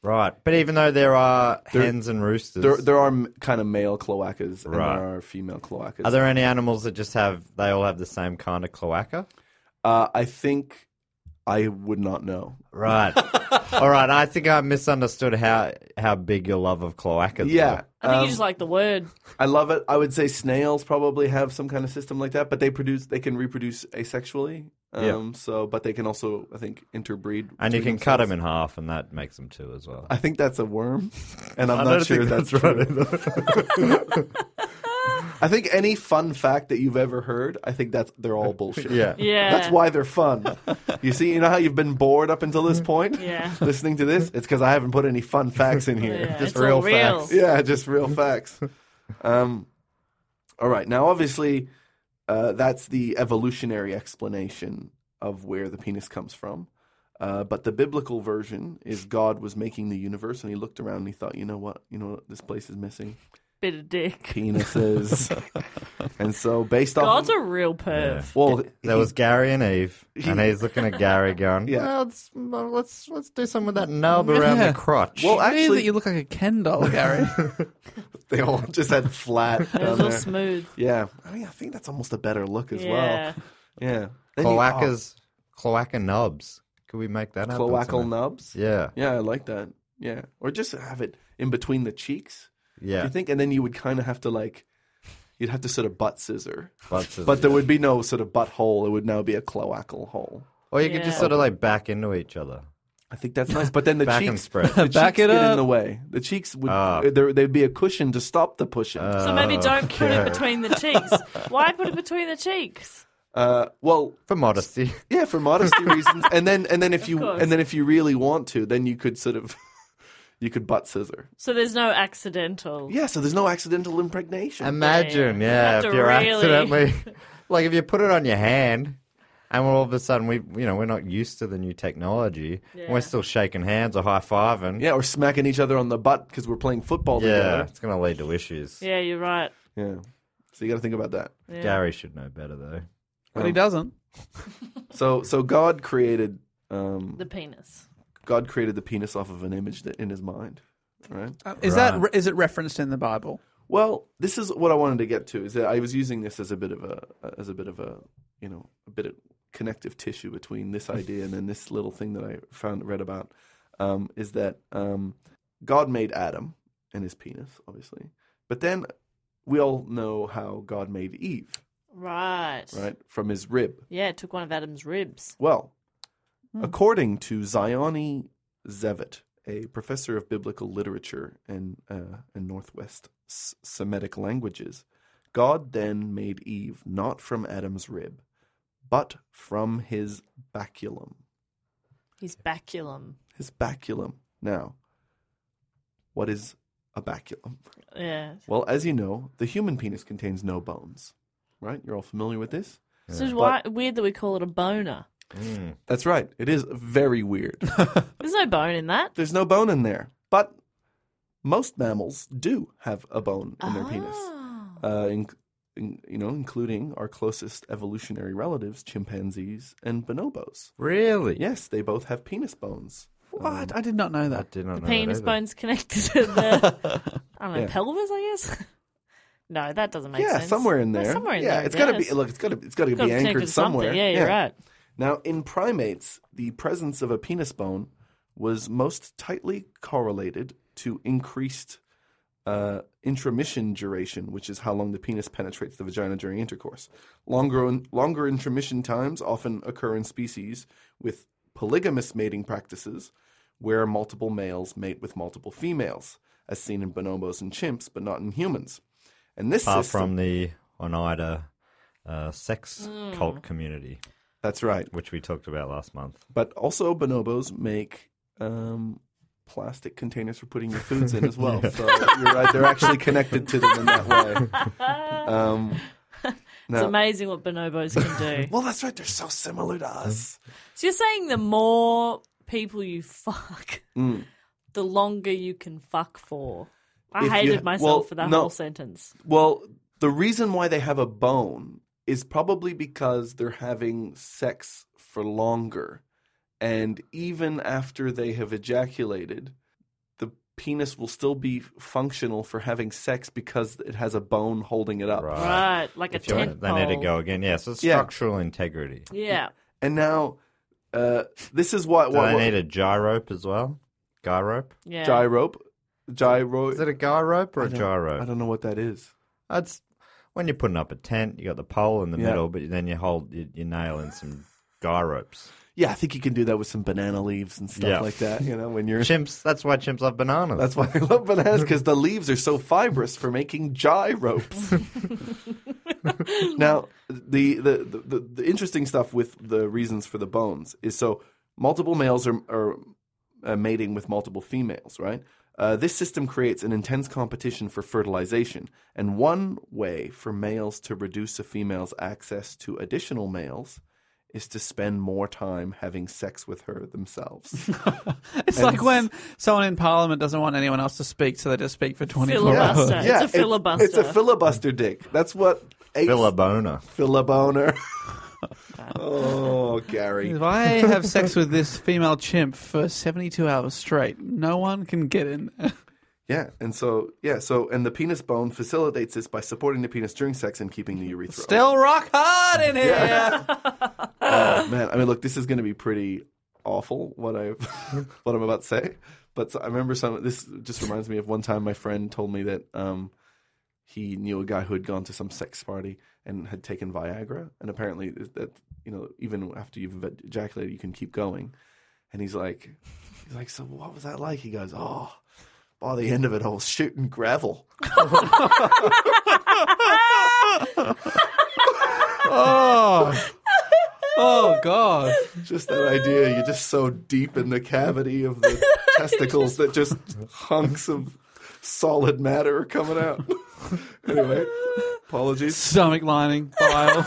Speaker 6: right? But even though there are hens and roosters,
Speaker 7: There, there are kind of male cloacas
Speaker 6: Right.
Speaker 7: and there are female cloacas.
Speaker 6: are there any animals that just have? They all have the same kind of cloaca,
Speaker 7: Uh, I think I would not know.
Speaker 6: right? all right. I think I misunderstood how how big your love of cloacas.
Speaker 7: Yeah,
Speaker 6: were.
Speaker 5: I think
Speaker 7: um,
Speaker 5: you just like the word.
Speaker 7: I love it. I would say snails probably have some kind of system like that, but they produce, they can reproduce asexually. Um,
Speaker 6: Yeah.
Speaker 7: So, but they can also, I think, interbreed.
Speaker 6: And you
Speaker 7: between
Speaker 6: can cut
Speaker 7: themselves.
Speaker 6: them in half, and that makes them two as well.
Speaker 7: I think that's a worm, and I'm
Speaker 6: I
Speaker 7: not
Speaker 6: don't
Speaker 7: sure
Speaker 6: think
Speaker 7: that's,
Speaker 6: that's
Speaker 7: true.
Speaker 6: right
Speaker 7: I think any fun fact that you've ever heard, I think that's they're all bullshit.
Speaker 6: Yeah.
Speaker 5: Yeah.
Speaker 7: That's why they're fun. You see, you know how you've been bored up until
Speaker 6: Mm-hmm.
Speaker 7: this point?
Speaker 5: Yeah.
Speaker 7: Listening to this? It's because I haven't put any fun facts in here.
Speaker 5: Yeah,
Speaker 6: Just
Speaker 5: it's
Speaker 6: real
Speaker 5: all real.
Speaker 6: facts.
Speaker 7: Yeah, just real facts. Um, all right. Now, obviously, uh, that's the evolutionary explanation of where the penis comes from. Uh, but the biblical version is God was making the universe, and He looked around and He thought, you know what? You know what this place is missing
Speaker 5: Bit of dick.
Speaker 7: penises. and so, based on
Speaker 5: God's a real perv.
Speaker 7: well,
Speaker 6: There was Gary and Eve, and
Speaker 7: he-
Speaker 6: he's looking at Gary going,
Speaker 7: Yeah.
Speaker 6: "Yeah, let's well, let's let's do some with that nub around
Speaker 4: Yeah.
Speaker 6: the crotch."
Speaker 7: Well,
Speaker 4: Well,
Speaker 7: actually-
Speaker 4: actually, that you look like a Ken doll, Gary.
Speaker 7: they all just had flat.
Speaker 5: It
Speaker 7: down
Speaker 5: was all
Speaker 7: there.
Speaker 5: smooth.
Speaker 7: um, Yeah, I mean, I think that's almost a better look as
Speaker 5: Yeah.
Speaker 7: well. Yeah, Then you-
Speaker 6: cloacas, cloaca nubs. Could we make that
Speaker 7: oh,
Speaker 6: happen?
Speaker 7: cloacal
Speaker 6: somehow?
Speaker 7: nubs.
Speaker 6: Yeah,
Speaker 7: Yeah, I like that. Yeah, or just have it in between the cheeks. Do
Speaker 6: yeah.
Speaker 7: you think, and then you would kind of have to like, you'd have to sort of butt scissor,
Speaker 6: Lots of-
Speaker 7: but there would be no sort of butthole. It would now be a cloacal hole.
Speaker 6: or you could just
Speaker 5: Yeah.
Speaker 6: sort of like back into each other,
Speaker 7: I think that's nice, but then the
Speaker 6: back and
Speaker 7: cheeks,
Speaker 6: spread.
Speaker 7: the
Speaker 4: Back
Speaker 7: cheeks
Speaker 4: it
Speaker 7: get in
Speaker 4: up.
Speaker 7: the way. The cheeks would
Speaker 6: Ah.
Speaker 7: there, there'd be a cushion to stop the pushing. Uh,
Speaker 5: So maybe don't put it between the cheeks. Why put it between the cheeks?
Speaker 7: well,
Speaker 6: for modesty.
Speaker 7: yeah, for modesty reasons, and then and then if you
Speaker 5: course.
Speaker 7: and then if you really want to, then you could sort of, you could butt scissor.
Speaker 5: So there's no accidental.
Speaker 7: Yeah, so there's no accidental impregnation.
Speaker 6: Imagine,
Speaker 5: Yeah,
Speaker 6: yeah,
Speaker 5: you have
Speaker 6: if
Speaker 5: to
Speaker 6: you're
Speaker 5: really-
Speaker 6: accidentally, like if you put it on your hand, and all of a sudden we, you know, we're not used to the new technology, and
Speaker 5: Yeah.
Speaker 6: we're still shaking hands or high fiving.
Speaker 7: Yeah, or smacking each other on the butt because we're playing football
Speaker 6: yeah,
Speaker 7: together.
Speaker 6: it's gonna lead to issues.
Speaker 5: Yeah, you're right.
Speaker 7: Yeah. So you got to think about that.
Speaker 6: Gary should know better though.
Speaker 4: but he doesn't.
Speaker 7: So so God created um,
Speaker 5: The penis.
Speaker 7: God created the penis off of an image that in His mind. Uh, Right.
Speaker 4: Is that that is it referenced in the Bible?
Speaker 7: Well, this is what I wanted to get to is that I was using this as a bit of a as a bit of a you know a bit of connective tissue between this idea and then this little thing that I found read about um, is that um, God made Adam and his penis, obviously, but then we all know how God made Eve,
Speaker 5: Right.
Speaker 7: right, from his rib.
Speaker 5: Yeah, it took one of Adam's ribs.
Speaker 7: Well, according to Zioni Zevet, a professor of biblical literature and, uh, and Northwest S- Semitic languages, God then made Eve not from Adam's rib, but from his baculum.
Speaker 5: His baculum.
Speaker 7: His baculum. Now, what is a baculum?
Speaker 5: Yeah.
Speaker 7: Well, as you know, the human penis contains no bones, right? You're all familiar with this?
Speaker 5: So it's why, weird that we call it a boner.
Speaker 7: That's right. It is very weird.
Speaker 5: There's no bone in that.
Speaker 7: There's no bone in there, but most mammals do have a bone in their penis,
Speaker 5: Ah.
Speaker 7: uh, in, in, you know, including our closest evolutionary relatives, chimpanzees and bonobos.
Speaker 6: Really?
Speaker 7: Yes, they both have penis bones. Um,
Speaker 4: What? I did not know
Speaker 6: I
Speaker 4: that.
Speaker 6: did not
Speaker 5: The
Speaker 6: know.
Speaker 5: penis
Speaker 6: that either.
Speaker 5: bone's connected to the, I don't know,
Speaker 7: Yeah.
Speaker 5: pelvis, I guess? no, that doesn't make
Speaker 7: yeah,
Speaker 5: sense.
Speaker 7: somewhere in
Speaker 5: No,
Speaker 7: there.
Speaker 5: somewhere in
Speaker 7: yeah,
Speaker 5: there.
Speaker 7: it's
Speaker 5: it
Speaker 7: got to
Speaker 5: is.
Speaker 7: be. Look, it's got to. It's got to
Speaker 5: Gotta
Speaker 7: be
Speaker 5: connected to
Speaker 7: anchored
Speaker 5: something.
Speaker 7: somewhere.
Speaker 5: Yeah, you're right.
Speaker 7: Now, in primates, the presence of a penis bone was most tightly correlated to increased uh, intromission duration, which is how long the penis penetrates the vagina during intercourse. Longer, longer intromission times often occur in species with polygamous mating practices, where multiple males mate with multiple females, as seen in bonobos and chimps, but not in humans. And this
Speaker 6: Apart
Speaker 7: system,
Speaker 6: from the Oneida uh, sex
Speaker 5: Mm.
Speaker 6: cult community,
Speaker 7: that's right.
Speaker 6: which we talked about last month.
Speaker 7: But also, bonobos make um, plastic containers for putting your foods in as well. So you're right; they're actually connected to them in that way. Um,
Speaker 5: It's
Speaker 7: now-
Speaker 5: amazing what bonobos can do.
Speaker 7: well, that's right; they're so similar to us.
Speaker 5: so you're saying the more people you fuck,
Speaker 7: Mm.
Speaker 5: the longer you can fuck for. I
Speaker 7: If you-
Speaker 5: hated myself
Speaker 7: well,
Speaker 5: for that
Speaker 7: no.
Speaker 5: whole sentence.
Speaker 7: Well, the reason why they have a bone is probably because they're having sex for longer, and even after they have ejaculated, the penis will still be functional for having sex because it has a bone holding it up.
Speaker 5: Right, like
Speaker 6: If
Speaker 5: a
Speaker 6: you
Speaker 5: tent
Speaker 6: want, they need to
Speaker 5: pole.
Speaker 6: go again. Yes, it's
Speaker 7: Yeah.
Speaker 6: structural integrity.
Speaker 5: Yeah.
Speaker 7: And now, uh, this is why.
Speaker 6: Do
Speaker 7: why
Speaker 6: they need a gyrope as well? Guy rope?
Speaker 5: Yeah.
Speaker 7: gyro rope? Gyro.
Speaker 6: Is it a guy rope or
Speaker 7: I
Speaker 6: a
Speaker 7: don't-
Speaker 6: gyro?
Speaker 7: I don't know what that is.
Speaker 6: That's when you're putting up a tent. You got the pole in the
Speaker 7: Yeah.
Speaker 6: middle, but then you hold you, you nail in some guy ropes.
Speaker 7: Yeah, I think you can do that with some banana leaves and stuff
Speaker 6: Yeah.
Speaker 7: like that. You know, when you're.
Speaker 6: Chimps. That's why chimps love bananas.
Speaker 7: That's why I love bananas because the leaves are so fibrous for making gyro ropes. now, the the, the the the interesting stuff with the reasons for the bones is so multiple males are are uh, mating with multiple females, right? Uh, this system creates an intense competition for fertilization, and one way for males to reduce a female's access to additional males is to spend more time having sex with her themselves.
Speaker 4: It's like when someone in Parliament doesn't want anyone else to speak, so they just speak for 24
Speaker 5: Filibuster.
Speaker 4: hours.
Speaker 5: It's a filibuster.
Speaker 7: It's, a filibuster dick. That's what eight
Speaker 6: Filibona.
Speaker 7: filiboner. oh, Gary.
Speaker 4: If I have sex with this female chimp for 72 hours straight, no one can get in there.
Speaker 7: Yeah, and so yeah, so and the penis bone facilitates this by supporting the penis during sex and keeping the urethra.
Speaker 4: Still rock hard in here.
Speaker 7: open. man. I mean, look, this is going to be pretty awful what I what I'm about to say. But so- I remember some. This just reminds me of one time my friend told me that um, he knew a guy who had gone to some sex party and had taken Viagra, and apparently that you know even after you've ejaculated, you can keep going. And he's like, he's like, so what was that like? He goes, oh, by the end of it, I was shooting gravel.
Speaker 4: Oh. Oh, God.
Speaker 7: Just that idea, you're just so deep in the cavity of the testicles that just hunks of solid matter are coming out. anyway, apologies.
Speaker 4: Stomach lining, bile.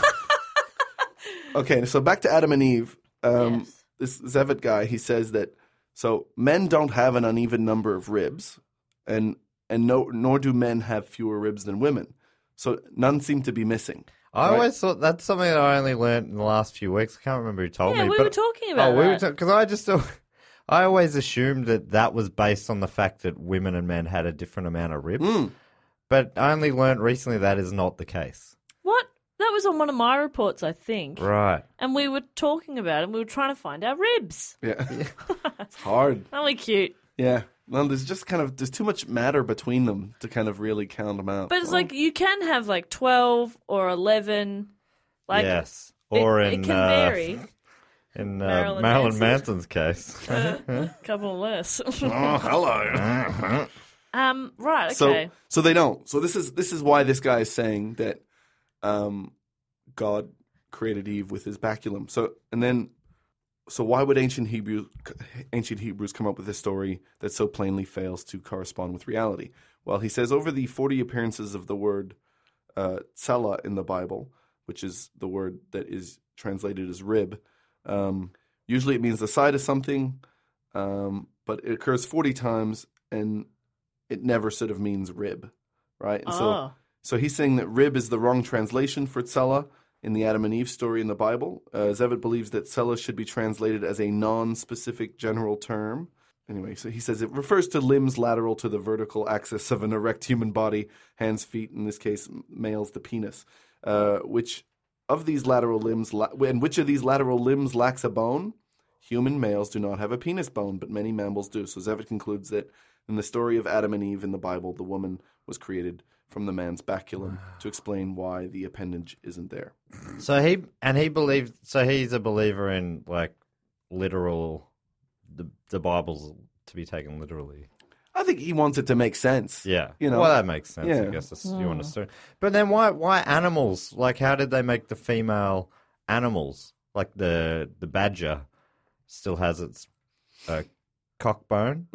Speaker 7: Okay, so back to Adam and Eve. Um,
Speaker 5: Yes.
Speaker 7: This Zevet guy, he says that so men don't have an uneven number of ribs, and and no, nor do men have fewer ribs than women. So none seem to be missing.
Speaker 6: I
Speaker 7: Right.
Speaker 6: always thought that's something that I only learned in the last few weeks. I can't remember who told
Speaker 5: Yeah,
Speaker 6: me.
Speaker 5: we
Speaker 6: but,
Speaker 5: were talking about
Speaker 6: Oh, we were
Speaker 5: that.
Speaker 6: because I just I always assumed that that was based on the fact that women and men had a different amount of ribs.
Speaker 7: Hmm.
Speaker 6: But I only learned recently that is not the case.
Speaker 5: What? That was on one of my reports, I think.
Speaker 6: Right.
Speaker 5: And we were talking about it and we were trying to find our ribs.
Speaker 7: Yeah, it's hard.
Speaker 5: Aren't we cute?
Speaker 7: Yeah. Well, there's just kind of there's too much matter Uh, between them to kind of really count them out.
Speaker 5: But it's like you can have like 12 or 11 Like
Speaker 6: yes.
Speaker 5: it,
Speaker 6: Or
Speaker 5: it
Speaker 6: in
Speaker 5: can
Speaker 6: uh,
Speaker 5: vary.
Speaker 6: in uh,
Speaker 5: Marilyn
Speaker 6: Marilyn,
Speaker 5: Manson's-
Speaker 6: Manson's case.
Speaker 5: couple less.
Speaker 7: Oh, hello.
Speaker 5: um, right, okay.
Speaker 7: So, so they don't. So this is this is why this guy is saying that um, God created Eve with his baculum. So and then, so why would ancient Hebrew ancient Hebrews come up with a story that so plainly fails to correspond with reality? Well, he says over the forty appearances of the word uh, tsela in the Bible, which is the word that is translated as rib. Um, usually, it means the side of something, um, but it occurs forty times, and it never sort of means rib, right? And so,
Speaker 5: Oh.
Speaker 7: so he's saying that rib is the wrong translation for tsela in the Adam and Eve story in the Bible. Uh, Zevit believes that tsela should be translated as a non-specific general term. Anyway, so he says it refers to limbs lateral to the vertical axis of an erect human body, hands, feet, in this case, m- males, the penis. Uh, which of these lateral limbs, la- and which of these lateral limbs lacks a bone? Human males do not have a penis bone, but many mammals do. So Zevit concludes that in the story of Adam and Eve in the Bible, the woman was created from the man's baculum to explain why the appendage isn't there.
Speaker 6: so he and he believed. So he's a believer in like literal. The, the Bible's to be taken literally.
Speaker 7: I think he wants it to make sense.
Speaker 6: Yeah.
Speaker 7: You know.
Speaker 6: Well, that makes sense.
Speaker 7: Yeah.
Speaker 6: I guess that's, you want to. Assume. But then why? Why animals? Like, how did they make the female animals? Like the the badger still has its uh, cock bone.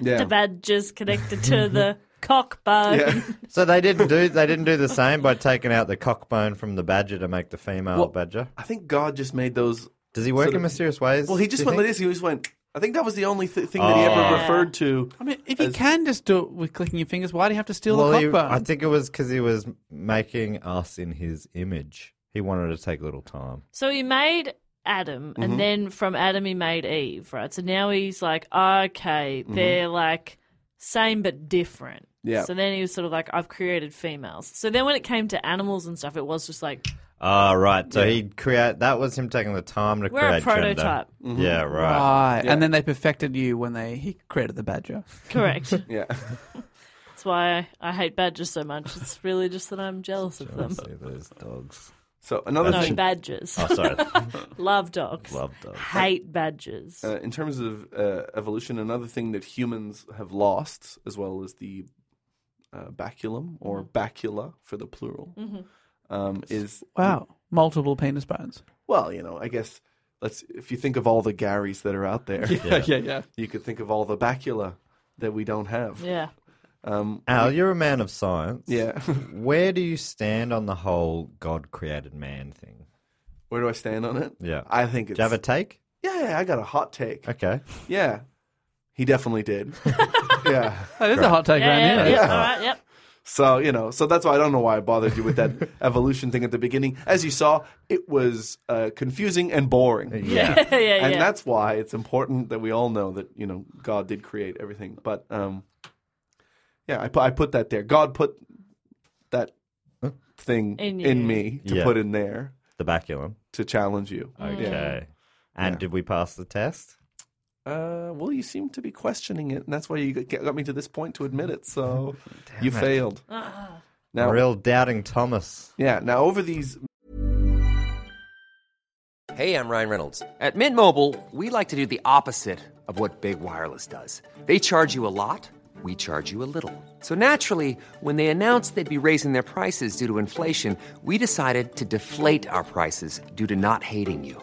Speaker 7: yeah.
Speaker 5: The badger's connected to the cock bone.
Speaker 7: Yeah.
Speaker 6: So they didn't do they didn't do the same by taking out the cock bone from the badger to make the female
Speaker 7: Well-
Speaker 6: badger.
Speaker 7: I think God just made those.
Speaker 6: Does he work
Speaker 7: Sort
Speaker 6: in
Speaker 7: of-
Speaker 6: mysterious ways?
Speaker 7: Well, he just
Speaker 6: do you
Speaker 7: went like
Speaker 6: think?
Speaker 7: this. He just went. I think that was the only th- thing that he ever
Speaker 6: Oh.
Speaker 7: referred to.
Speaker 4: I mean, if you
Speaker 7: As-
Speaker 4: can just do it with clicking your fingers, why do you have to steal
Speaker 6: Well,
Speaker 4: the
Speaker 6: he-
Speaker 4: cock bone?
Speaker 6: I think it was because he was making us in his image. He wanted to take a little time.
Speaker 5: So he made Adam,
Speaker 7: Mm-hmm.
Speaker 5: and then from Adam he made Eve, right? So now he's like, okay, they're like same but different.
Speaker 7: Mm-hmm. Yeah.
Speaker 5: So then he was sort of like, I've created females. So then when it came to animals and stuff, it was just like
Speaker 6: Ah, right. So he create that was him taking the time to
Speaker 5: We're a
Speaker 6: create gender.
Speaker 5: prototype.
Speaker 7: Mm-hmm.
Speaker 6: Yeah, right.
Speaker 4: Right.
Speaker 7: Yeah.
Speaker 4: And then they perfected you when they he created the badger.
Speaker 5: correct.
Speaker 7: Yeah.
Speaker 5: That's why I hate badgers so much. It's really just that I'm jealous of them.
Speaker 6: See those dogs.
Speaker 7: So another
Speaker 5: No,
Speaker 7: thing.
Speaker 5: badgers.
Speaker 6: Oh, sorry.
Speaker 5: Love dogs.
Speaker 6: Love dogs.
Speaker 5: Hate badgers.
Speaker 7: Uh, in terms of uh, evolution, another thing that humans have lost, as well as the uh, baculum or bacula for the plural, um, is
Speaker 4: Wow. Multiple penis bones.
Speaker 7: well, you know, I guess let's if you think of all the Garys that are out there,
Speaker 4: yeah, yeah.
Speaker 7: you could think of all the bacula that we don't have.
Speaker 5: yeah.
Speaker 7: Um,
Speaker 6: Al, you're a man of science.
Speaker 7: yeah.
Speaker 6: Where do you stand on the whole God created man thing?
Speaker 7: Where do I stand on it?
Speaker 6: Yeah.
Speaker 7: I think
Speaker 6: Do
Speaker 7: it's
Speaker 6: you have a take?
Speaker 7: yeah. I got a hot take.
Speaker 6: Okay.
Speaker 7: Yeah, he definitely did. yeah.
Speaker 4: That is a hot take,
Speaker 5: Yeah,
Speaker 4: right? Yeah.
Speaker 5: yeah, yeah.
Speaker 7: Yeah.
Speaker 5: All right, yep.
Speaker 7: So you know, so that's why I don't know why I bothered you with that evolution thing at the beginning. As you saw, it was uh, confusing and boring,
Speaker 6: Yeah.
Speaker 5: yeah, yeah.
Speaker 7: and that's why it's important that we all know that you know God did create everything. But um, yeah, I put I put that there. God put that thing
Speaker 5: In
Speaker 7: in,
Speaker 5: you.
Speaker 7: me to
Speaker 6: Yeah.
Speaker 7: put in there
Speaker 6: The baculum.
Speaker 7: to challenge you.
Speaker 6: Okay. And did we pass the test?
Speaker 7: Uh, well, you seem to be questioning it, and that's why you got got me to this point to admit it. So you failed. Now,
Speaker 6: Real doubting Thomas.
Speaker 7: yeah. Now over these
Speaker 8: Hey, I'm Ryan Reynolds. At Mint Mobile, we like to do the opposite of what Big Wireless does. They charge you a lot, we charge you a little. So naturally, when they announced they'd be raising their prices due to inflation, we decided to deflate our prices due to not hating you.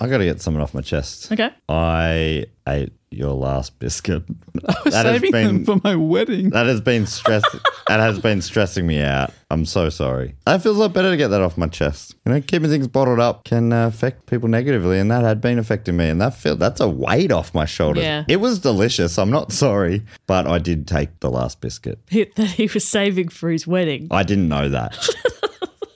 Speaker 6: I got to get someone off my chest.
Speaker 5: Okay.
Speaker 6: I ate your last biscuit. I
Speaker 4: Saving them for my wedding.
Speaker 6: That has been stress. that has been stressing me out. I'm so sorry. That feels a lot better to get that off my chest. You know, keeping things bottled up can uh, affect people negatively, and that had been affecting me. And that feel that's a weight off my shoulders.
Speaker 5: Yeah.
Speaker 6: It was delicious. I'm not sorry, but I did take the last biscuit.
Speaker 5: That he was saving for his wedding.
Speaker 6: I didn't know that.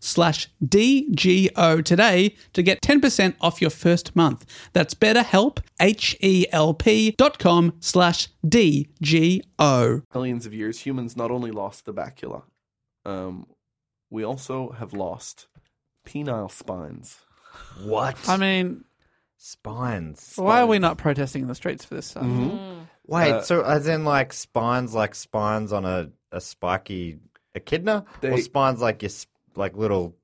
Speaker 4: slash DGO today to get 10% off your first month. That's betterhelp, H-E-L-P dot com slash DGO.
Speaker 7: Millions of years, humans not only lost the bacula, um, we also have lost penile spines.
Speaker 6: What?
Speaker 4: I mean,
Speaker 6: spines.
Speaker 4: why are we not protesting in the streets for this stuff?
Speaker 6: Wait,
Speaker 7: Uh,
Speaker 6: so as in like spines, like spines on a, a spiky echidna, or
Speaker 7: They-
Speaker 6: spines like your sp- like little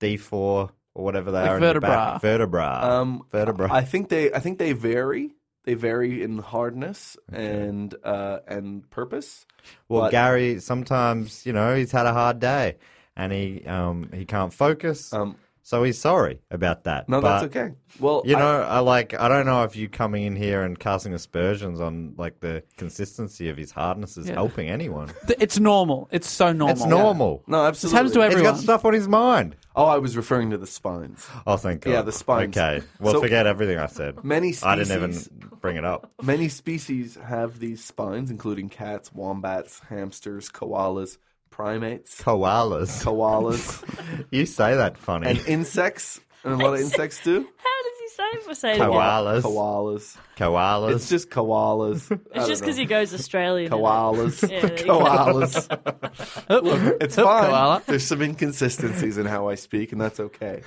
Speaker 6: D four or whatever they
Speaker 4: Like
Speaker 6: are in your back, vertebra,
Speaker 7: Um,
Speaker 6: vertebra.
Speaker 7: I think they, I think they vary. They vary in hardness and uh, and purpose.
Speaker 6: well,
Speaker 7: but-
Speaker 6: Gary, sometimes you know he's had a hard day and he um he can't focus,
Speaker 7: Um,
Speaker 6: so he's sorry about that.
Speaker 7: no,
Speaker 6: but,
Speaker 7: that's okay. Well,
Speaker 6: You
Speaker 7: I-
Speaker 6: know, I like. I don't know if you coming in here and casting aspersions on like the consistency of his hardness is helping anyone.
Speaker 4: Th- It's normal. It's so normal.
Speaker 6: It's normal.
Speaker 7: no,
Speaker 4: This
Speaker 7: absolutely.
Speaker 4: happens to
Speaker 6: He's
Speaker 4: everyone.
Speaker 6: got stuff on his mind.
Speaker 7: oh, I was referring to the spines.
Speaker 6: Oh, thank God.
Speaker 7: Yeah, the spines.
Speaker 6: Okay. Well,
Speaker 7: So-
Speaker 6: forget everything I said.
Speaker 7: Many
Speaker 6: I didn't
Speaker 7: species-
Speaker 6: even bring it up.
Speaker 7: Many species have these spines, including cats, wombats, hamsters, koalas, primates,
Speaker 6: Koalas.
Speaker 7: koalas,
Speaker 6: You say that funny.
Speaker 7: and insects. And what do insects do?
Speaker 5: How does he say it for saying
Speaker 6: Koala. Koalas.
Speaker 7: Koalas.
Speaker 6: koalas.
Speaker 7: It's just koalas. I
Speaker 5: It's
Speaker 7: don't
Speaker 5: just because
Speaker 7: know.
Speaker 5: he goes Australian. in it.
Speaker 7: koalas.
Speaker 5: Yeah, there you go.
Speaker 7: koalas. Look, it's fine.
Speaker 4: koala.
Speaker 7: There's some inconsistencies in how I speak, and that's okay.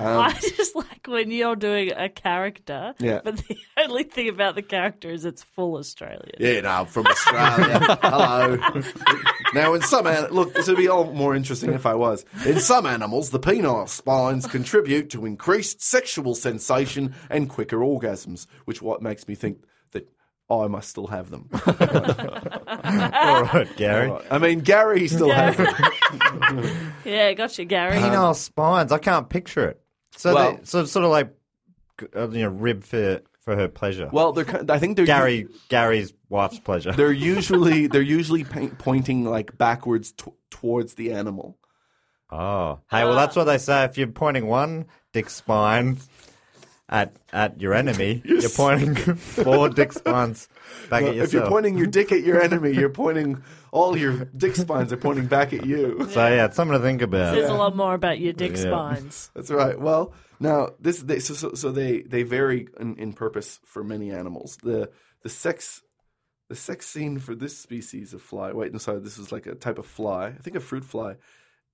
Speaker 7: Um,
Speaker 5: I just like when you're doing a character,
Speaker 7: Yeah.
Speaker 5: but the only thing about the character is it's full Australian.
Speaker 7: Yeah, no, I'm uh, from Australia. Hello. now, in some an- look, this would be all more interesting if I was. In some animals, the penile spines contribute to increased sexual sensation and quicker orgasms, which what makes me think that I must still have them.
Speaker 6: All right, Gary.
Speaker 7: I mean, Gary still has them.
Speaker 5: Yeah, gotcha, Gary.
Speaker 6: Penile spines. I can't picture it. So,
Speaker 7: Uh-huh. Well-
Speaker 6: they, so sort of like, uh, you know, rib for for her pleasure.
Speaker 7: Well, they're. ki- I think they're
Speaker 6: Gary, Gary's wife's pleasure.
Speaker 7: They're usually they're usually pa- pointing like backwards t- towards the animal.
Speaker 6: Oh, hey, well, that's what they say. If you're pointing one dick spine at at your enemy, you're, pointing four dick spines back at yourself.
Speaker 7: If you're pointing your dick at your enemy, you're pointing all your dick spines are pointing back at you.
Speaker 6: so yeah, it's something to think
Speaker 7: Uh,
Speaker 6: about.
Speaker 5: There's a lot more about your dick spines.
Speaker 7: That's right. Well, now this they, so, so so they they vary in, in purpose for many animals. The the sex the sex scene for this species of fly. Wait, no, sorry, this is like a type of fly. I think a fruit fly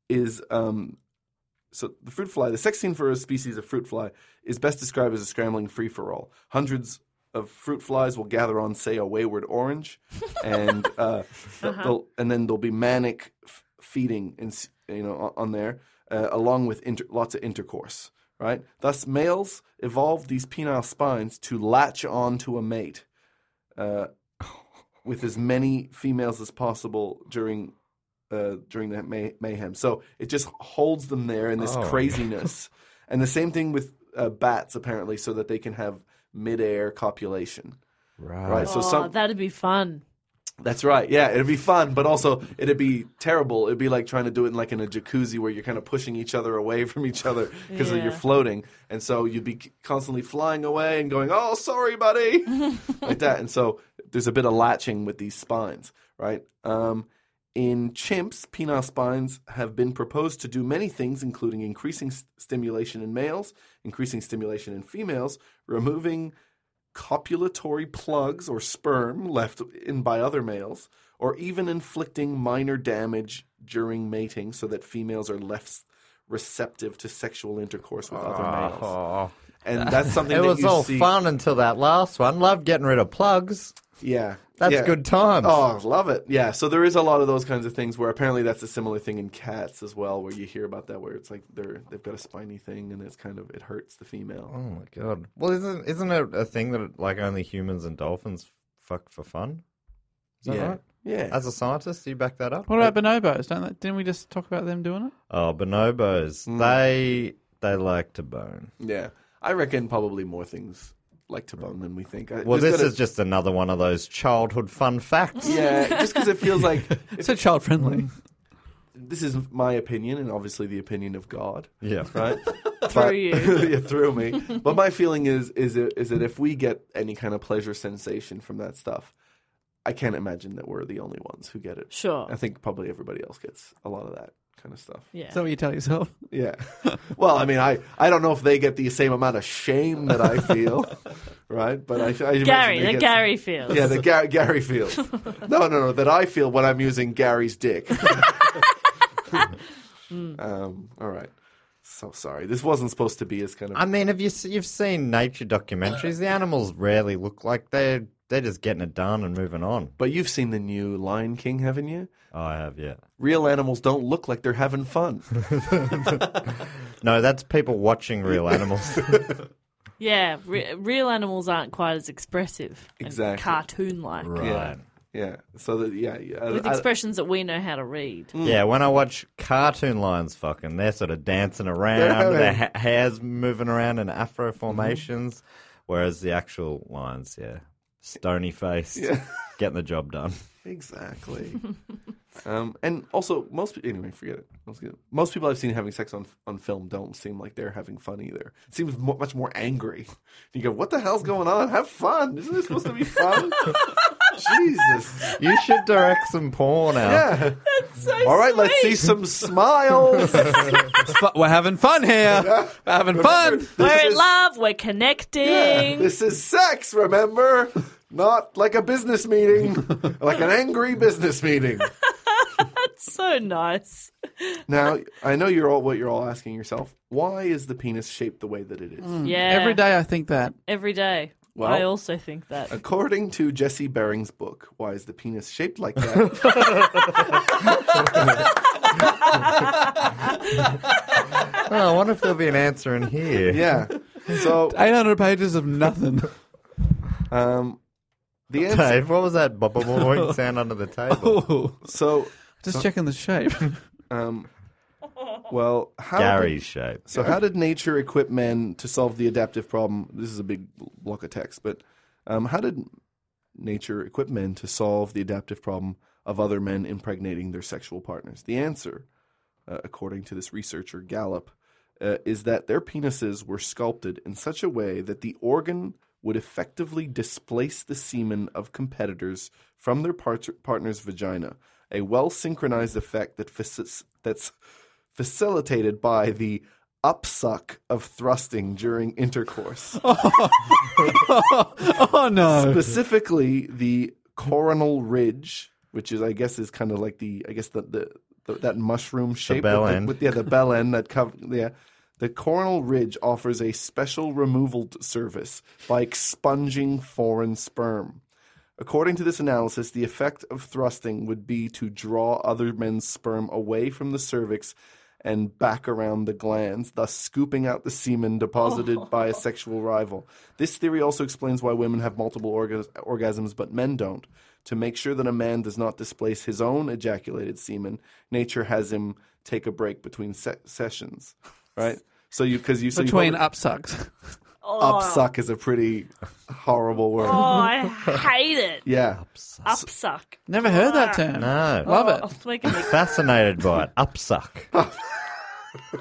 Speaker 7: is um. So the fruit fly, the sex scene for a species of fruit fly is best described as a scrambling free for all. Hundreds of fruit flies will gather on, say, a wayward orange, and uh, they'll- they'll- and then there'll be manic f- feeding, in, s- you know, on, on there, uh, along with inter- lots of intercourse. Right. Thus, males evolved these penile spines to latch on to a mate uh, with as many females as possible during uh, during that may- mayhem. So it just holds them there in this craziness. and the same thing with uh, bats, apparently, so that they can have midair copulation. Right. So
Speaker 5: oh,
Speaker 7: some
Speaker 5: that'd be fun.
Speaker 7: that's right. Yeah, it'd be fun, but also it'd be terrible. It'd be like trying to do it in like in a jacuzzi where you're kind of pushing each other away from each other because
Speaker 5: Yeah.
Speaker 7: you're floating, and so you'd be constantly flying away and going, "Oh, sorry, buddy," like that. And so there's a bit of latching with these spines, right? Um, in chimps, penile spines have been proposed to do many things, including increasing st- stimulation in males, increasing stimulation in females, removing copulatory plugs or sperm left in by other males, or even inflicting minor damage during mating so that females are less receptive to sexual intercourse with other males.
Speaker 6: Oh.
Speaker 7: Ah. And that's something
Speaker 6: It
Speaker 7: that
Speaker 6: was
Speaker 7: you
Speaker 6: all
Speaker 7: see.
Speaker 6: fun until that last one. Love getting rid of plugs.
Speaker 7: Yeah.
Speaker 6: That's
Speaker 7: yeah.
Speaker 6: good times.
Speaker 7: Oh, love it. Yeah. So there is a lot of those kinds of things where apparently that's a similar thing in cats as well, where you hear about that where it's like they're they've got a spiny thing and it's kind of it hurts the female.
Speaker 6: Oh my god. Well, isn't isn't it a thing that like only humans and dolphins fuck for fun? Is that
Speaker 7: yeah.
Speaker 6: right?
Speaker 7: Yeah.
Speaker 6: As a scientist, do you back that up?
Speaker 4: What about bonobos? Don't they, didn't we just talk about them doing it?
Speaker 6: Oh,
Speaker 2: Mm.
Speaker 6: bonobos. They they like to bone.
Speaker 7: Yeah, I reckon probably more things
Speaker 2: like to bone than we think. I-
Speaker 6: Well, this
Speaker 2: there's gotta-
Speaker 6: is just another one of those childhood fun facts.
Speaker 2: yeah, just because it feels like
Speaker 4: so child friendly.
Speaker 2: this is my opinion and obviously the opinion of God.
Speaker 6: Yeah.
Speaker 2: Right?
Speaker 5: Through you.
Speaker 2: yeah, through me. But my feeling is is it, is that if we get any kind of pleasure sensation from that stuff, I can't imagine that we're the only ones who get it.
Speaker 5: Sure.
Speaker 2: I think probably everybody else gets a lot of that kind of stuff.
Speaker 5: Yeah.
Speaker 4: Is that what you tell yourself?
Speaker 2: Yeah. Well, I mean, I, I don't know if they get the same amount of shame that I feel, right? But I, I imagine
Speaker 5: Gary,
Speaker 2: they
Speaker 5: the
Speaker 2: get
Speaker 5: Gary feels.
Speaker 2: yeah, the Gar- Gary feel. No, no, no, that I feel when I'm using Gary's dick. um, all right. So sorry. This wasn't supposed to be as kind of.
Speaker 6: I mean, have you se- you've seen nature documentaries? The animals rarely look like they're they're just getting it done and moving on. Oh,
Speaker 2: but you've seen the new Lion King, haven't you?
Speaker 6: I have, yeah.
Speaker 2: Real animals don't look like they're having fun.
Speaker 6: No, that's people watching real animals.
Speaker 5: Yeah, re- real animals aren't quite as expressive.
Speaker 2: Exactly.
Speaker 5: Cartoon like.
Speaker 2: Yeah. Yeah. So that yeah. yeah I- Mm.
Speaker 5: With
Speaker 2: I-
Speaker 5: expressions that we know how to read.
Speaker 6: Yeah, when I watch cartoon lions fucking, they're sort of dancing around, their ha- hair's moving around in afro
Speaker 2: Mm-hmm.
Speaker 6: formations, whereas the actual lions, yeah, stony faced, getting the job done.
Speaker 2: Exactly. um, and also, most people, anyway, forget it. Most people, most people I've seen having sex on on film don't seem like they're having fun either. It seems mo- much more angry. You go, what the hell's going on? Have fun. Isn't this supposed to be fun? Jesus.
Speaker 6: You should direct some porn out.
Speaker 2: Yeah. All right, let's see some smiles.
Speaker 4: Fu- We're having fun here. We're having fun.
Speaker 5: We're in
Speaker 2: is-
Speaker 5: love, we're connecting.
Speaker 2: this is sex, remember? Not like a business meeting, like an angry business meeting.
Speaker 5: So nice.
Speaker 2: Now, I know you're all what you're all asking yourself. Why is the penis shaped the way that it is?
Speaker 5: Yeah.
Speaker 4: Every day I think that.
Speaker 5: Every day.
Speaker 2: Well-
Speaker 5: I also think that.
Speaker 2: According to Jesse Baring's book, Why is the Penis Shaped Like That?
Speaker 6: Oh, I wonder if there'll be an answer in here.
Speaker 2: yeah. So
Speaker 4: 800 pages of nothing.
Speaker 2: um, the answer. Oh,
Speaker 6: Dave, what was that bo- bo- bo- boing sound under the table?
Speaker 4: Ooh.
Speaker 2: So,
Speaker 4: Just checking the shape.
Speaker 2: um, well, how
Speaker 6: Gary's
Speaker 2: Did,
Speaker 6: shape.
Speaker 2: so, how did nature equip men to solve the adaptive problem? This is a big block of text, but um, how did nature equip men to solve the adaptive problem of other men impregnating their sexual partners? The answer, uh, according to this researcher Gallup, uh, is that their penises were sculpted in such a way that the organ would effectively displace the semen of competitors from their part- partner's vagina, a well synchronized effect that facis- that's facilitated by the upsuck of thrusting during intercourse.
Speaker 4: oh, no.
Speaker 2: specifically the coronal ridge, which is I guess is kind of like the I guess the the, the that mushroom shape
Speaker 6: bell
Speaker 2: with,
Speaker 6: end.
Speaker 2: with yeah the bell end that cover yeah. The coronal ridge offers a special removal t- service by expunging foreign sperm. According to this analysis, the effect of thrusting would be to draw other men's sperm away from the cervix and back around the glands, thus scooping out the semen deposited by a sexual rival. This theory also explains why women have multiple orgas- orgasms but men don't. To make sure that a man does not displace his own ejaculated semen, nature has him take a break between se- sessions, right? So you because you so you
Speaker 4: Between
Speaker 2: probably-
Speaker 4: upsucks.
Speaker 2: upsuck is a pretty horrible word.
Speaker 5: Oh, I hate it.
Speaker 2: Yeah,
Speaker 5: Upsuck.
Speaker 4: Never heard that term.
Speaker 6: No.
Speaker 4: Love
Speaker 5: Oh,
Speaker 4: it.
Speaker 5: it's making me,
Speaker 6: Fascinated by it. Upsuck.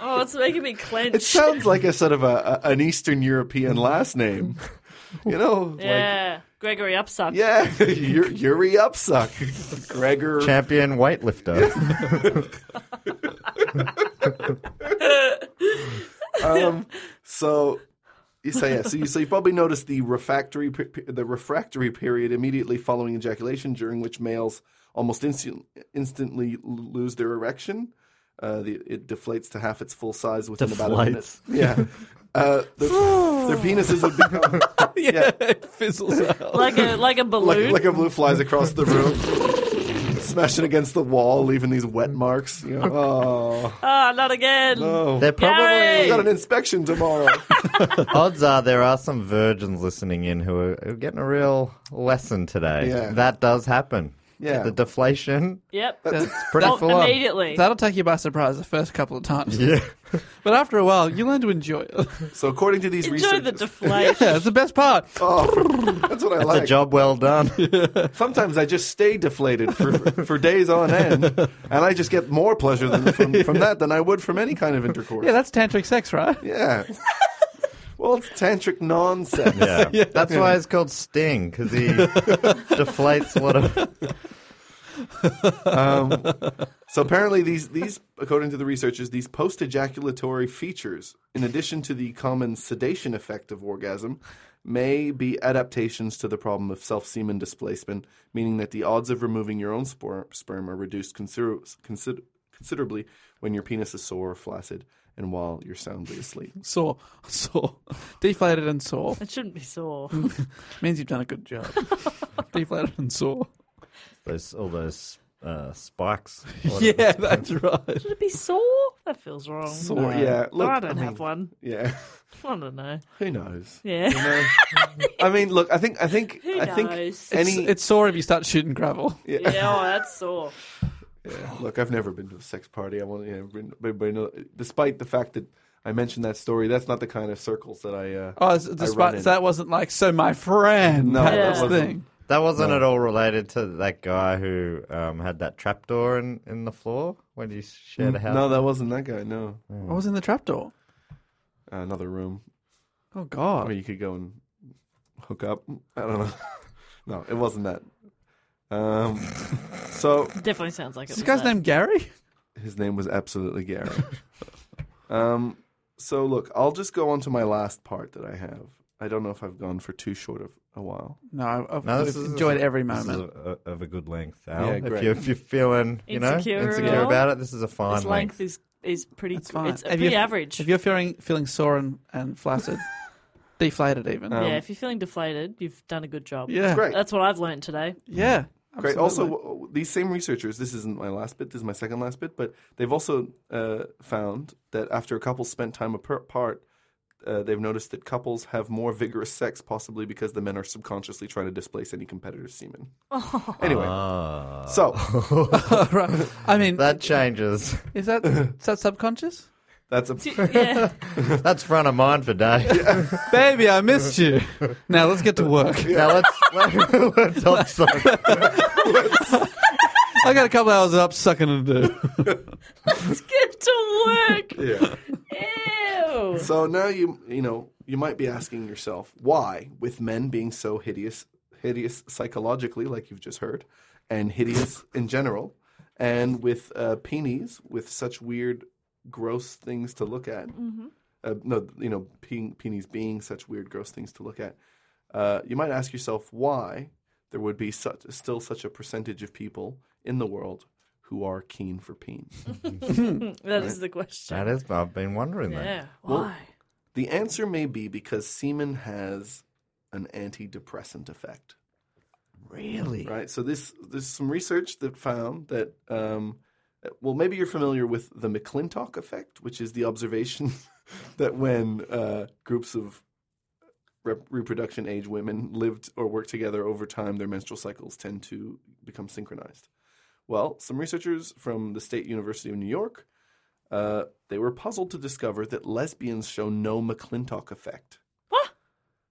Speaker 5: oh, it's making me clench.
Speaker 2: It sounds like a sort of a, a- an Eastern European last name. You know, like
Speaker 5: yeah. Gregory Upsuck.
Speaker 2: yeah, Ur- Yuri Upsuck, Gregor.
Speaker 6: Champion weightlifter.
Speaker 2: Um, so you say yeah. So you so you probably noticed the refractory pe- pe- the refractory period immediately following ejaculation, during which males almost instant, instantly l- lose their erection. Uh, the, it deflates to half its full size within about a minute.
Speaker 6: Deflates.
Speaker 2: Yeah. Uh, their, their penises would become
Speaker 4: Yeah, it fizzles out.
Speaker 5: Like a like a
Speaker 2: like,
Speaker 5: balloon.
Speaker 2: like a blue flies across the room, smashing against the wall, leaving these wet marks. You know, oh,
Speaker 5: Ah, not again.
Speaker 6: They're
Speaker 2: we
Speaker 6: probably
Speaker 5: Gary!
Speaker 2: got an inspection tomorrow.
Speaker 6: odds are there are some virgins listening in who are, who are getting a real lesson today.
Speaker 2: Yeah.
Speaker 6: That does happen.
Speaker 2: Yeah.
Speaker 6: The deflation.
Speaker 5: Yep.
Speaker 4: That's
Speaker 6: pretty
Speaker 5: Oh,
Speaker 6: full on.
Speaker 5: Immediately.
Speaker 4: That'll take you by surprise the first couple of times.
Speaker 6: Yeah.
Speaker 4: But after a while, you learn to enjoy it.
Speaker 2: So according to these
Speaker 5: Enjoy
Speaker 2: researchers,
Speaker 5: the deflation.
Speaker 4: yeah, it's the best part.
Speaker 2: that's what I
Speaker 6: That's
Speaker 2: like.
Speaker 6: a job well done.
Speaker 2: Sometimes I just stay deflated for for days on end, and I just get more pleasure than, from, from that than I would from any kind of intercourse.
Speaker 4: Yeah, that's tantric sex, right?
Speaker 2: Yeah. well, it's tantric nonsense.
Speaker 6: Yeah. That's why it's called Sting because he deflates a lot of.
Speaker 2: So apparently, these these according to the researchers, these post ejaculatory features, in addition to the common sedation effect of orgasm, may be adaptations to the problem of self semen displacement, meaning that the odds of removing your own spor- sperm are reduced consider- consider- considerably when your penis is sore or flaccid and while you're soundly asleep.
Speaker 4: Sore, sore, deflated and sore
Speaker 5: It shouldn't be sore.
Speaker 4: means you've done a good job. deflated and sore.
Speaker 6: Those, all those uh, spikes.
Speaker 4: Yeah, that's right.
Speaker 5: Should it be sore? That feels wrong.
Speaker 2: Sore, yeah. Uh, Look,
Speaker 5: Oh, I don't
Speaker 2: mean,
Speaker 5: have one.
Speaker 2: Yeah,
Speaker 5: I don't know.
Speaker 2: who knows?
Speaker 5: Yeah.
Speaker 2: You know? I mean, look, I think, I think,
Speaker 5: Who
Speaker 2: I think
Speaker 5: knows?
Speaker 2: any.
Speaker 4: It's sore if you start shooting gravel.
Speaker 5: Yeah, oh, that's sore.
Speaker 2: Look, I've never been to a sex party. I want you know, been- everybody know. Despite the fact that I mentioned that story, that's not the kind of circles that I. Uh,
Speaker 4: Oh, it's-
Speaker 2: I
Speaker 4: despite
Speaker 2: run in.
Speaker 4: so that wasn't like so, my friend.
Speaker 2: No,
Speaker 4: had
Speaker 5: that
Speaker 4: this
Speaker 2: wasn't.
Speaker 4: thing.
Speaker 6: That wasn't at all related to that guy who um, had that trapdoor in, in the floor when he shared a house.
Speaker 2: No, that wasn't that guy. No,
Speaker 4: I was in the trapdoor.
Speaker 2: uh, another room
Speaker 4: Oh
Speaker 2: where
Speaker 4: God.
Speaker 2: you could go and hook up. I don't know. no, it wasn't that. Um, so
Speaker 5: Definitely sounds like it.
Speaker 4: Is this
Speaker 5: was
Speaker 4: guy's
Speaker 5: that.
Speaker 4: name Gary?
Speaker 2: his name was absolutely Gary. um, so look, I'll just go on to my last part that I have. I don't know if I've gone for too short of a while.
Speaker 4: No, I- I've
Speaker 6: No,
Speaker 4: I've
Speaker 6: this is-
Speaker 4: enjoyed every
Speaker 6: This is
Speaker 4: moment.
Speaker 6: a- a- of a good length. Al.
Speaker 2: Yeah,
Speaker 6: if,
Speaker 2: great.
Speaker 6: you're, if you're feeling you know
Speaker 5: Insecure
Speaker 6: insecure,
Speaker 5: at all?
Speaker 6: about it, this is a fine
Speaker 5: Its length
Speaker 6: length.
Speaker 5: is is pretty.
Speaker 4: It's fine.
Speaker 5: It's
Speaker 4: If
Speaker 5: pretty
Speaker 4: you're-
Speaker 5: average.
Speaker 4: If you're feeling feeling sore and, and flaccid, deflated even.
Speaker 2: Um,
Speaker 5: yeah, if you're feeling deflated, you've done a good job.
Speaker 4: um, yeah.
Speaker 2: Great.
Speaker 5: That's what I've learned today.
Speaker 4: Yeah.
Speaker 2: Great. Also,
Speaker 4: absolutely.
Speaker 2: w- w- these same researchers, this isn't my last bit, this is my second last bit, but they've also uh, found that after a couple spent time apar- apart, uh, they've noticed that couples have more vigorous sex, possibly because the men are subconsciously trying to displace any competitor's semen. Anyway, so
Speaker 4: right. I mean,
Speaker 6: That changes.
Speaker 4: is that is that subconscious?
Speaker 2: that's a.
Speaker 5: Yeah.
Speaker 6: That's front of mind for day.
Speaker 4: Baby, I missed you. Now let's get to work.
Speaker 6: Now let's let, let's help some-
Speaker 4: I got a couple hours up sucking to do.
Speaker 5: Let's get to work.
Speaker 2: Yeah.
Speaker 5: Ew.
Speaker 2: So now you you know you might be asking yourself why, with men being so hideous, hideous psychologically, like you've just heard, and hideous in general, and with uh, peenies with such weird, gross things to look at. Uh, no, you know, peen peenies being such weird, gross things to look at. Uh, you might ask yourself why there would be such still such a percentage of people in the world who are keen for peens.
Speaker 5: That is the question.
Speaker 6: That is, I've been wondering that.
Speaker 5: Yeah.
Speaker 2: Well-
Speaker 5: Why?
Speaker 2: The answer may be because semen has an antidepressant effect,
Speaker 6: Really?
Speaker 2: right? So this there's some research that found that um, well, maybe you're familiar with the McClintock effect, which is the observation that when uh, groups of rep- reproduction age women lived or worked together over time, their menstrual cycles tend to become synchronized. Well, some researchers from the State University of New York uh, they were puzzled to discover that lesbians show no McClintock effect.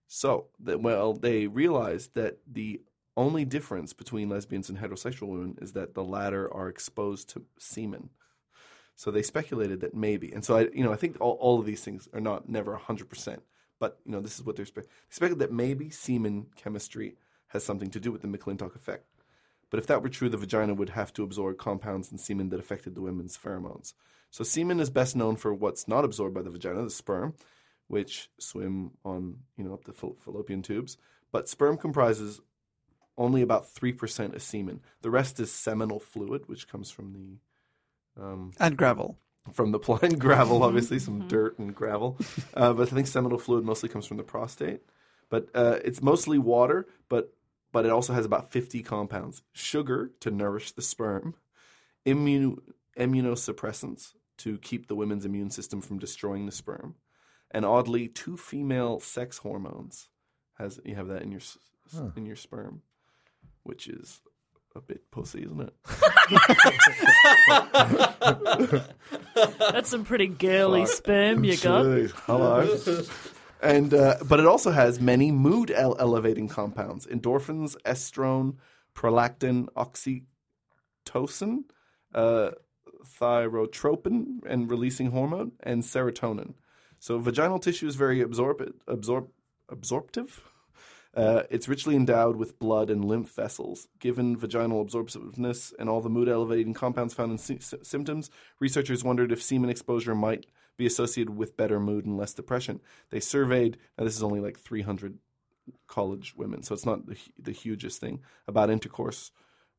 Speaker 2: So, that, well, they realized that the only difference between lesbians and heterosexual women is that the latter are exposed to semen. So they speculated that maybe, and so I, you know, I think all, all of these things are not never hundred percent, but you know, this is what they're spe- they speculated that maybe semen chemistry has something to do with the McClintock effect. But if that were true, the vagina would have to absorb compounds in semen that affected the women's pheromones. So semen is best known for what's not absorbed by the vagina, the sperm, which swim on, you know, up the fall- fallopian tubes. But sperm comprises only about 3% of semen. The rest is seminal fluid, which comes from the
Speaker 4: And gravel.
Speaker 2: from the blind gravel, obviously some dirt and gravel. Uh, but I think seminal fluid mostly comes from the prostate. But uh, it's mostly water, but but it also has about fifty compounds: sugar to nourish the sperm, immuno immunosuppressants to keep the women's immune system from destroying the sperm, and oddly, two female sex hormones. Has you have that in your s s- in your sperm, which is
Speaker 7: a bit pussy, isn't it?
Speaker 5: That's some pretty girly
Speaker 7: Fuck.
Speaker 5: sperm you got.
Speaker 7: Jeez, Hello. and uh, but it also has many mood ele- elevating compounds: endorphins, estrone, prolactin, oxytocin, uh, thyrotropin, and releasing hormone, and serotonin. So vaginal tissue is very absorb absorb absorptive. Uh, it's richly endowed with blood and lymph vessels. Given vaginal absorptiveness and all the mood elevating compounds found in sy- sy- symptoms, researchers wondered if semen exposure might be associated with better mood and less depression. They surveyed, now this is only like 300 college women, so it's not the, hu- the hugest thing, about intercourse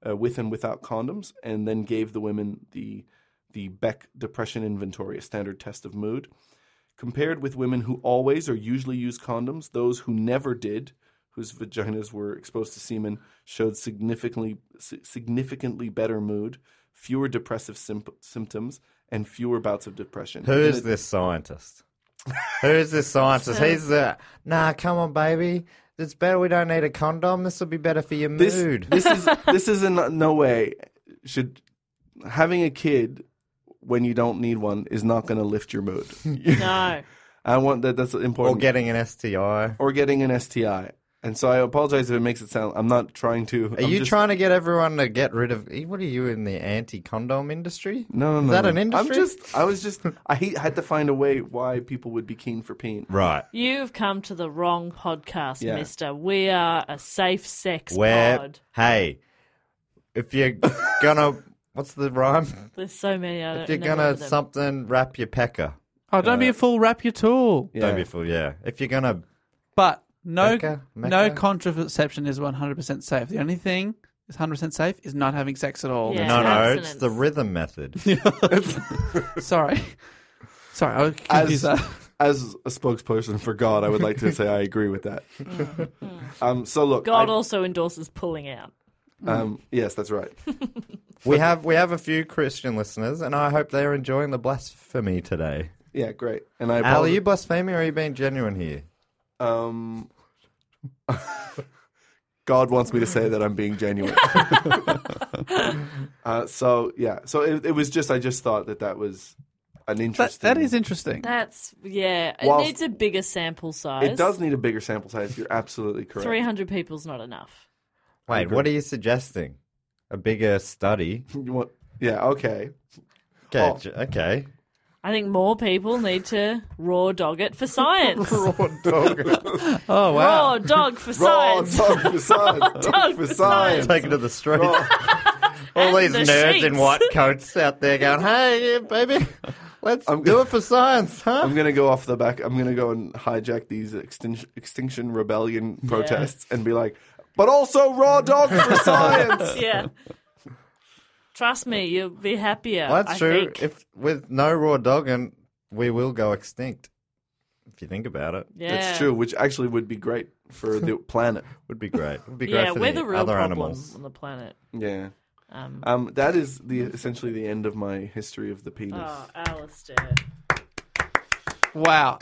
Speaker 7: uh, with and without condoms, and then gave the women the, the Beck Depression Inventory, a standard test of mood. Compared with women who always or usually use condoms, those who never did, whose vaginas were exposed to semen, showed significantly si- significantly better mood, fewer depressive symp- symptoms, and fewer bouts of depression.
Speaker 6: Who is
Speaker 7: And it-
Speaker 6: this scientist? Who is this scientist? He's the nah. Come on, baby. It's better we don't need a condom. This will be better for your
Speaker 7: This,
Speaker 6: mood.
Speaker 7: this is this is in no way should having a kid when you don't need one is not going to lift your mood.
Speaker 5: No.
Speaker 7: I want that. That's important.
Speaker 6: or getting an STI.
Speaker 7: or getting an STI. And so I apologize if it makes it sound. I'm not trying to.
Speaker 6: Are you trying to get everyone to get rid of? What are you in the anti-condom industry?
Speaker 7: No, no, no.
Speaker 6: Is that
Speaker 7: no.
Speaker 6: an industry?
Speaker 7: I'm just. I was just. I he- had to find a way why people would be keen for peen.
Speaker 6: right.
Speaker 5: You've come to the wrong podcast,
Speaker 7: Yeah.
Speaker 5: mister. We are a safe sex
Speaker 6: Where?
Speaker 5: pod.
Speaker 6: Hey, if you're gonna, what's the rhyme?
Speaker 5: There's so many. uh, I don't
Speaker 6: If you're
Speaker 5: never
Speaker 6: gonna
Speaker 5: heard them.
Speaker 6: something, wrap your pecker.
Speaker 4: Oh, don't be a fool. Wrap your tool.
Speaker 7: Uh, Yeah.
Speaker 6: Don't be fooled. Yeah. If you're gonna,
Speaker 4: But no,
Speaker 6: Mecca,
Speaker 4: no
Speaker 6: Mecca.
Speaker 4: contraception is one hundred percent safe. The only thing that's hundred percent safe is not having sex at all.
Speaker 5: Yeah.
Speaker 6: no, no,
Speaker 5: abstinence.
Speaker 6: it's the rhythm method.
Speaker 4: Sorry, sorry, I was
Speaker 7: As
Speaker 4: confused. there.
Speaker 7: as a spokesperson for God, I would like to say I agree with that. um. So look.
Speaker 5: God
Speaker 7: I-
Speaker 5: also endorses pulling out.
Speaker 7: um. Yes, that's right.
Speaker 6: we have we have a few Christian listeners, and I hope they're enjoying the blasphemy today.
Speaker 7: Yeah. Great. And I.
Speaker 6: Al, are
Speaker 7: apologize-
Speaker 6: you blaspheming or are you being genuine here?
Speaker 7: Um, God wants me to say that I'm being genuine. uh, so yeah, so it, it was just I just thought that that was an
Speaker 4: That,
Speaker 7: interesting.
Speaker 4: that is interesting.
Speaker 5: That's yeah. It
Speaker 7: Whilst-
Speaker 5: needs a bigger sample size.
Speaker 7: It does need a bigger sample size. You're absolutely correct.
Speaker 5: Three hundred people's not enough.
Speaker 6: Wait, what are you suggesting? A bigger study?
Speaker 7: You want? Yeah. Okay.
Speaker 6: Okay,
Speaker 7: Oh.
Speaker 6: j- okay.
Speaker 5: I think more people need to raw dog it for science.
Speaker 4: oh wow,
Speaker 5: raw dog for
Speaker 7: Raw
Speaker 5: science.
Speaker 7: dog for science.
Speaker 5: Dog
Speaker 7: for
Speaker 5: for
Speaker 7: science.
Speaker 6: Take it to the street.
Speaker 5: Oh. And
Speaker 6: All these
Speaker 5: the
Speaker 6: nerds
Speaker 5: sheets.
Speaker 6: in white coats out there going, "Hey, yeah, baby, let's
Speaker 7: I'm
Speaker 6: do
Speaker 7: go-
Speaker 6: it for science, huh?"
Speaker 7: I'm gonna go off the back. I'm gonna go and hijack these extinction extinction rebellion protests and be like, but also raw dog for science.
Speaker 5: yeah. Trust me, you'll be happier.
Speaker 6: Well, that's
Speaker 5: I
Speaker 6: true.
Speaker 5: Think.
Speaker 6: If with no raw dogging, we will go extinct. If you think about it,
Speaker 5: yeah.
Speaker 7: That's true, which actually would be great for the planet.
Speaker 6: would be great. Would be great
Speaker 5: Yeah,
Speaker 6: for
Speaker 5: we're
Speaker 6: the,
Speaker 5: the real
Speaker 6: other
Speaker 5: problem
Speaker 6: animals.
Speaker 5: on the planet.
Speaker 7: Yeah.
Speaker 5: Um,
Speaker 7: Um, that is the essentially the end of my history of the penis.
Speaker 5: oh, Alistair.
Speaker 4: wow.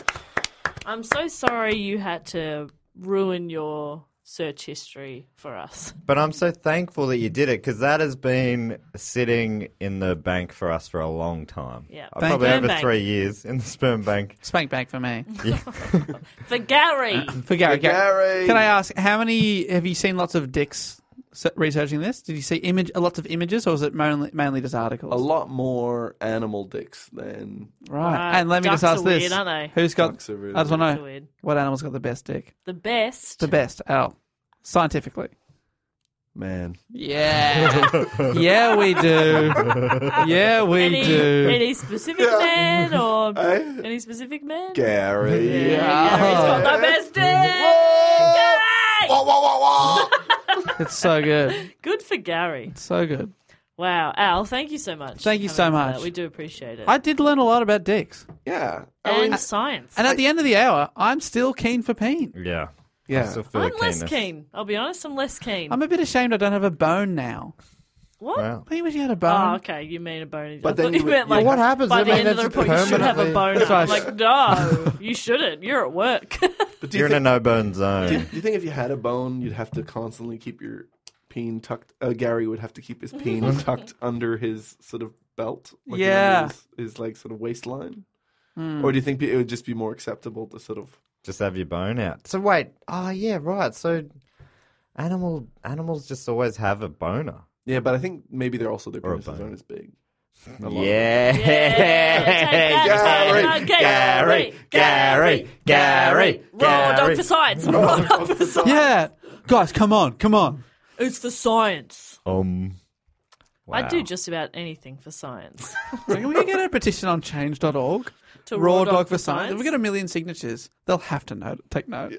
Speaker 5: I'm so sorry you had to ruin your search history for us.
Speaker 6: But I'm so thankful that you did it because that has been sitting in the bank for us for a long time.
Speaker 5: Yeah.
Speaker 6: Uh,
Speaker 4: Thank
Speaker 6: probably
Speaker 5: you.
Speaker 6: over
Speaker 5: Sperm
Speaker 6: three years in the sperm bank.
Speaker 4: Spank bank for me.
Speaker 5: For Gary.
Speaker 4: For Gary,
Speaker 7: For Gary.
Speaker 4: Can I ask how many have you seen? Lots of dicks se- researching this. Did you see image lots of images, or was it mainly mainly just articles?
Speaker 7: A lot more animal dicks than
Speaker 4: Right.
Speaker 5: Right.
Speaker 4: And let me
Speaker 5: Ducks
Speaker 4: just ask
Speaker 5: are
Speaker 4: this:
Speaker 5: weird, aren't they?
Speaker 4: Who's got?
Speaker 7: Ducks are really
Speaker 4: I just want
Speaker 5: weird.
Speaker 4: to
Speaker 5: Ducks are weird.
Speaker 4: know what animal's got the best dick.
Speaker 5: The best.
Speaker 4: The best. Al, scientifically.
Speaker 7: man.
Speaker 4: Yeah. yeah, we do. Yeah, we
Speaker 5: any,
Speaker 4: do.
Speaker 5: any specific man or
Speaker 7: Eh?
Speaker 5: any specific man?
Speaker 7: Gary.
Speaker 5: Yeah, Gary's got the best dick. Gary!
Speaker 7: Wah, wah, wah, wah.
Speaker 4: It's so good.
Speaker 5: Good for Gary.
Speaker 4: So good.
Speaker 5: Wow, Al, thank you so much.
Speaker 4: Thank you
Speaker 5: for
Speaker 4: so
Speaker 5: coming for
Speaker 4: much.
Speaker 5: that. We do appreciate it.
Speaker 4: I did learn a lot about dicks.
Speaker 7: yeah. I
Speaker 5: and
Speaker 7: mean,
Speaker 5: science.
Speaker 4: And at the end of the hour, I'm still keen for peen.
Speaker 6: Yeah. I
Speaker 7: yeah.
Speaker 6: still feel
Speaker 5: I'm
Speaker 6: the
Speaker 5: less
Speaker 6: keenness.
Speaker 5: keen. I'll be honest, I'm less keen.
Speaker 4: I'm a bit ashamed I don't have a bone now.
Speaker 5: what?
Speaker 6: Wow.
Speaker 4: I wish you had a
Speaker 5: Oh,
Speaker 4: bone.
Speaker 5: okay. You mean a bone?
Speaker 7: But
Speaker 5: I
Speaker 7: then
Speaker 5: thought you
Speaker 7: you-
Speaker 5: meant
Speaker 7: yeah.
Speaker 5: like
Speaker 6: What happens?
Speaker 5: By
Speaker 6: I
Speaker 5: the
Speaker 6: mean,
Speaker 5: end of the
Speaker 6: that's
Speaker 5: report, you should have a bone.
Speaker 6: permanently-
Speaker 5: I'm like, no, you shouldn't. You're at work.
Speaker 7: But do you,
Speaker 6: You're in a
Speaker 7: think,
Speaker 6: no bone zone.
Speaker 7: do you think if you had a bone, you'd have to constantly keep your peen tucked. Uh, Gary would have to keep his peen tucked under his sort of belt. like, you know,
Speaker 4: Yeah.
Speaker 7: his, his like sort of waistline.
Speaker 4: Hmm.
Speaker 7: Or do you think it would just be more acceptable to sort of?
Speaker 6: Just have your bone out. So wait, oh yeah, right. So animal animals just always have a boner.
Speaker 7: Yeah, but I think maybe they're also their
Speaker 6: Or a
Speaker 7: penises
Speaker 6: bone.
Speaker 7: aren't as big. A lot of-
Speaker 6: Yeah.
Speaker 5: Yeah,
Speaker 6: Gary,
Speaker 5: take that.
Speaker 6: Gary, Gary, Gary,
Speaker 5: Roll dog for
Speaker 6: Gary.
Speaker 5: science. Roll dog for science.
Speaker 4: Yeah. Guys, come on, come on.
Speaker 5: It's for science.
Speaker 6: Um.
Speaker 5: I do
Speaker 6: wow.
Speaker 5: just about anything for science.
Speaker 4: Can we get a petition on change.org?
Speaker 5: To
Speaker 4: Raw, dog, for science. If we get a million signatures, they'll have to note, take note.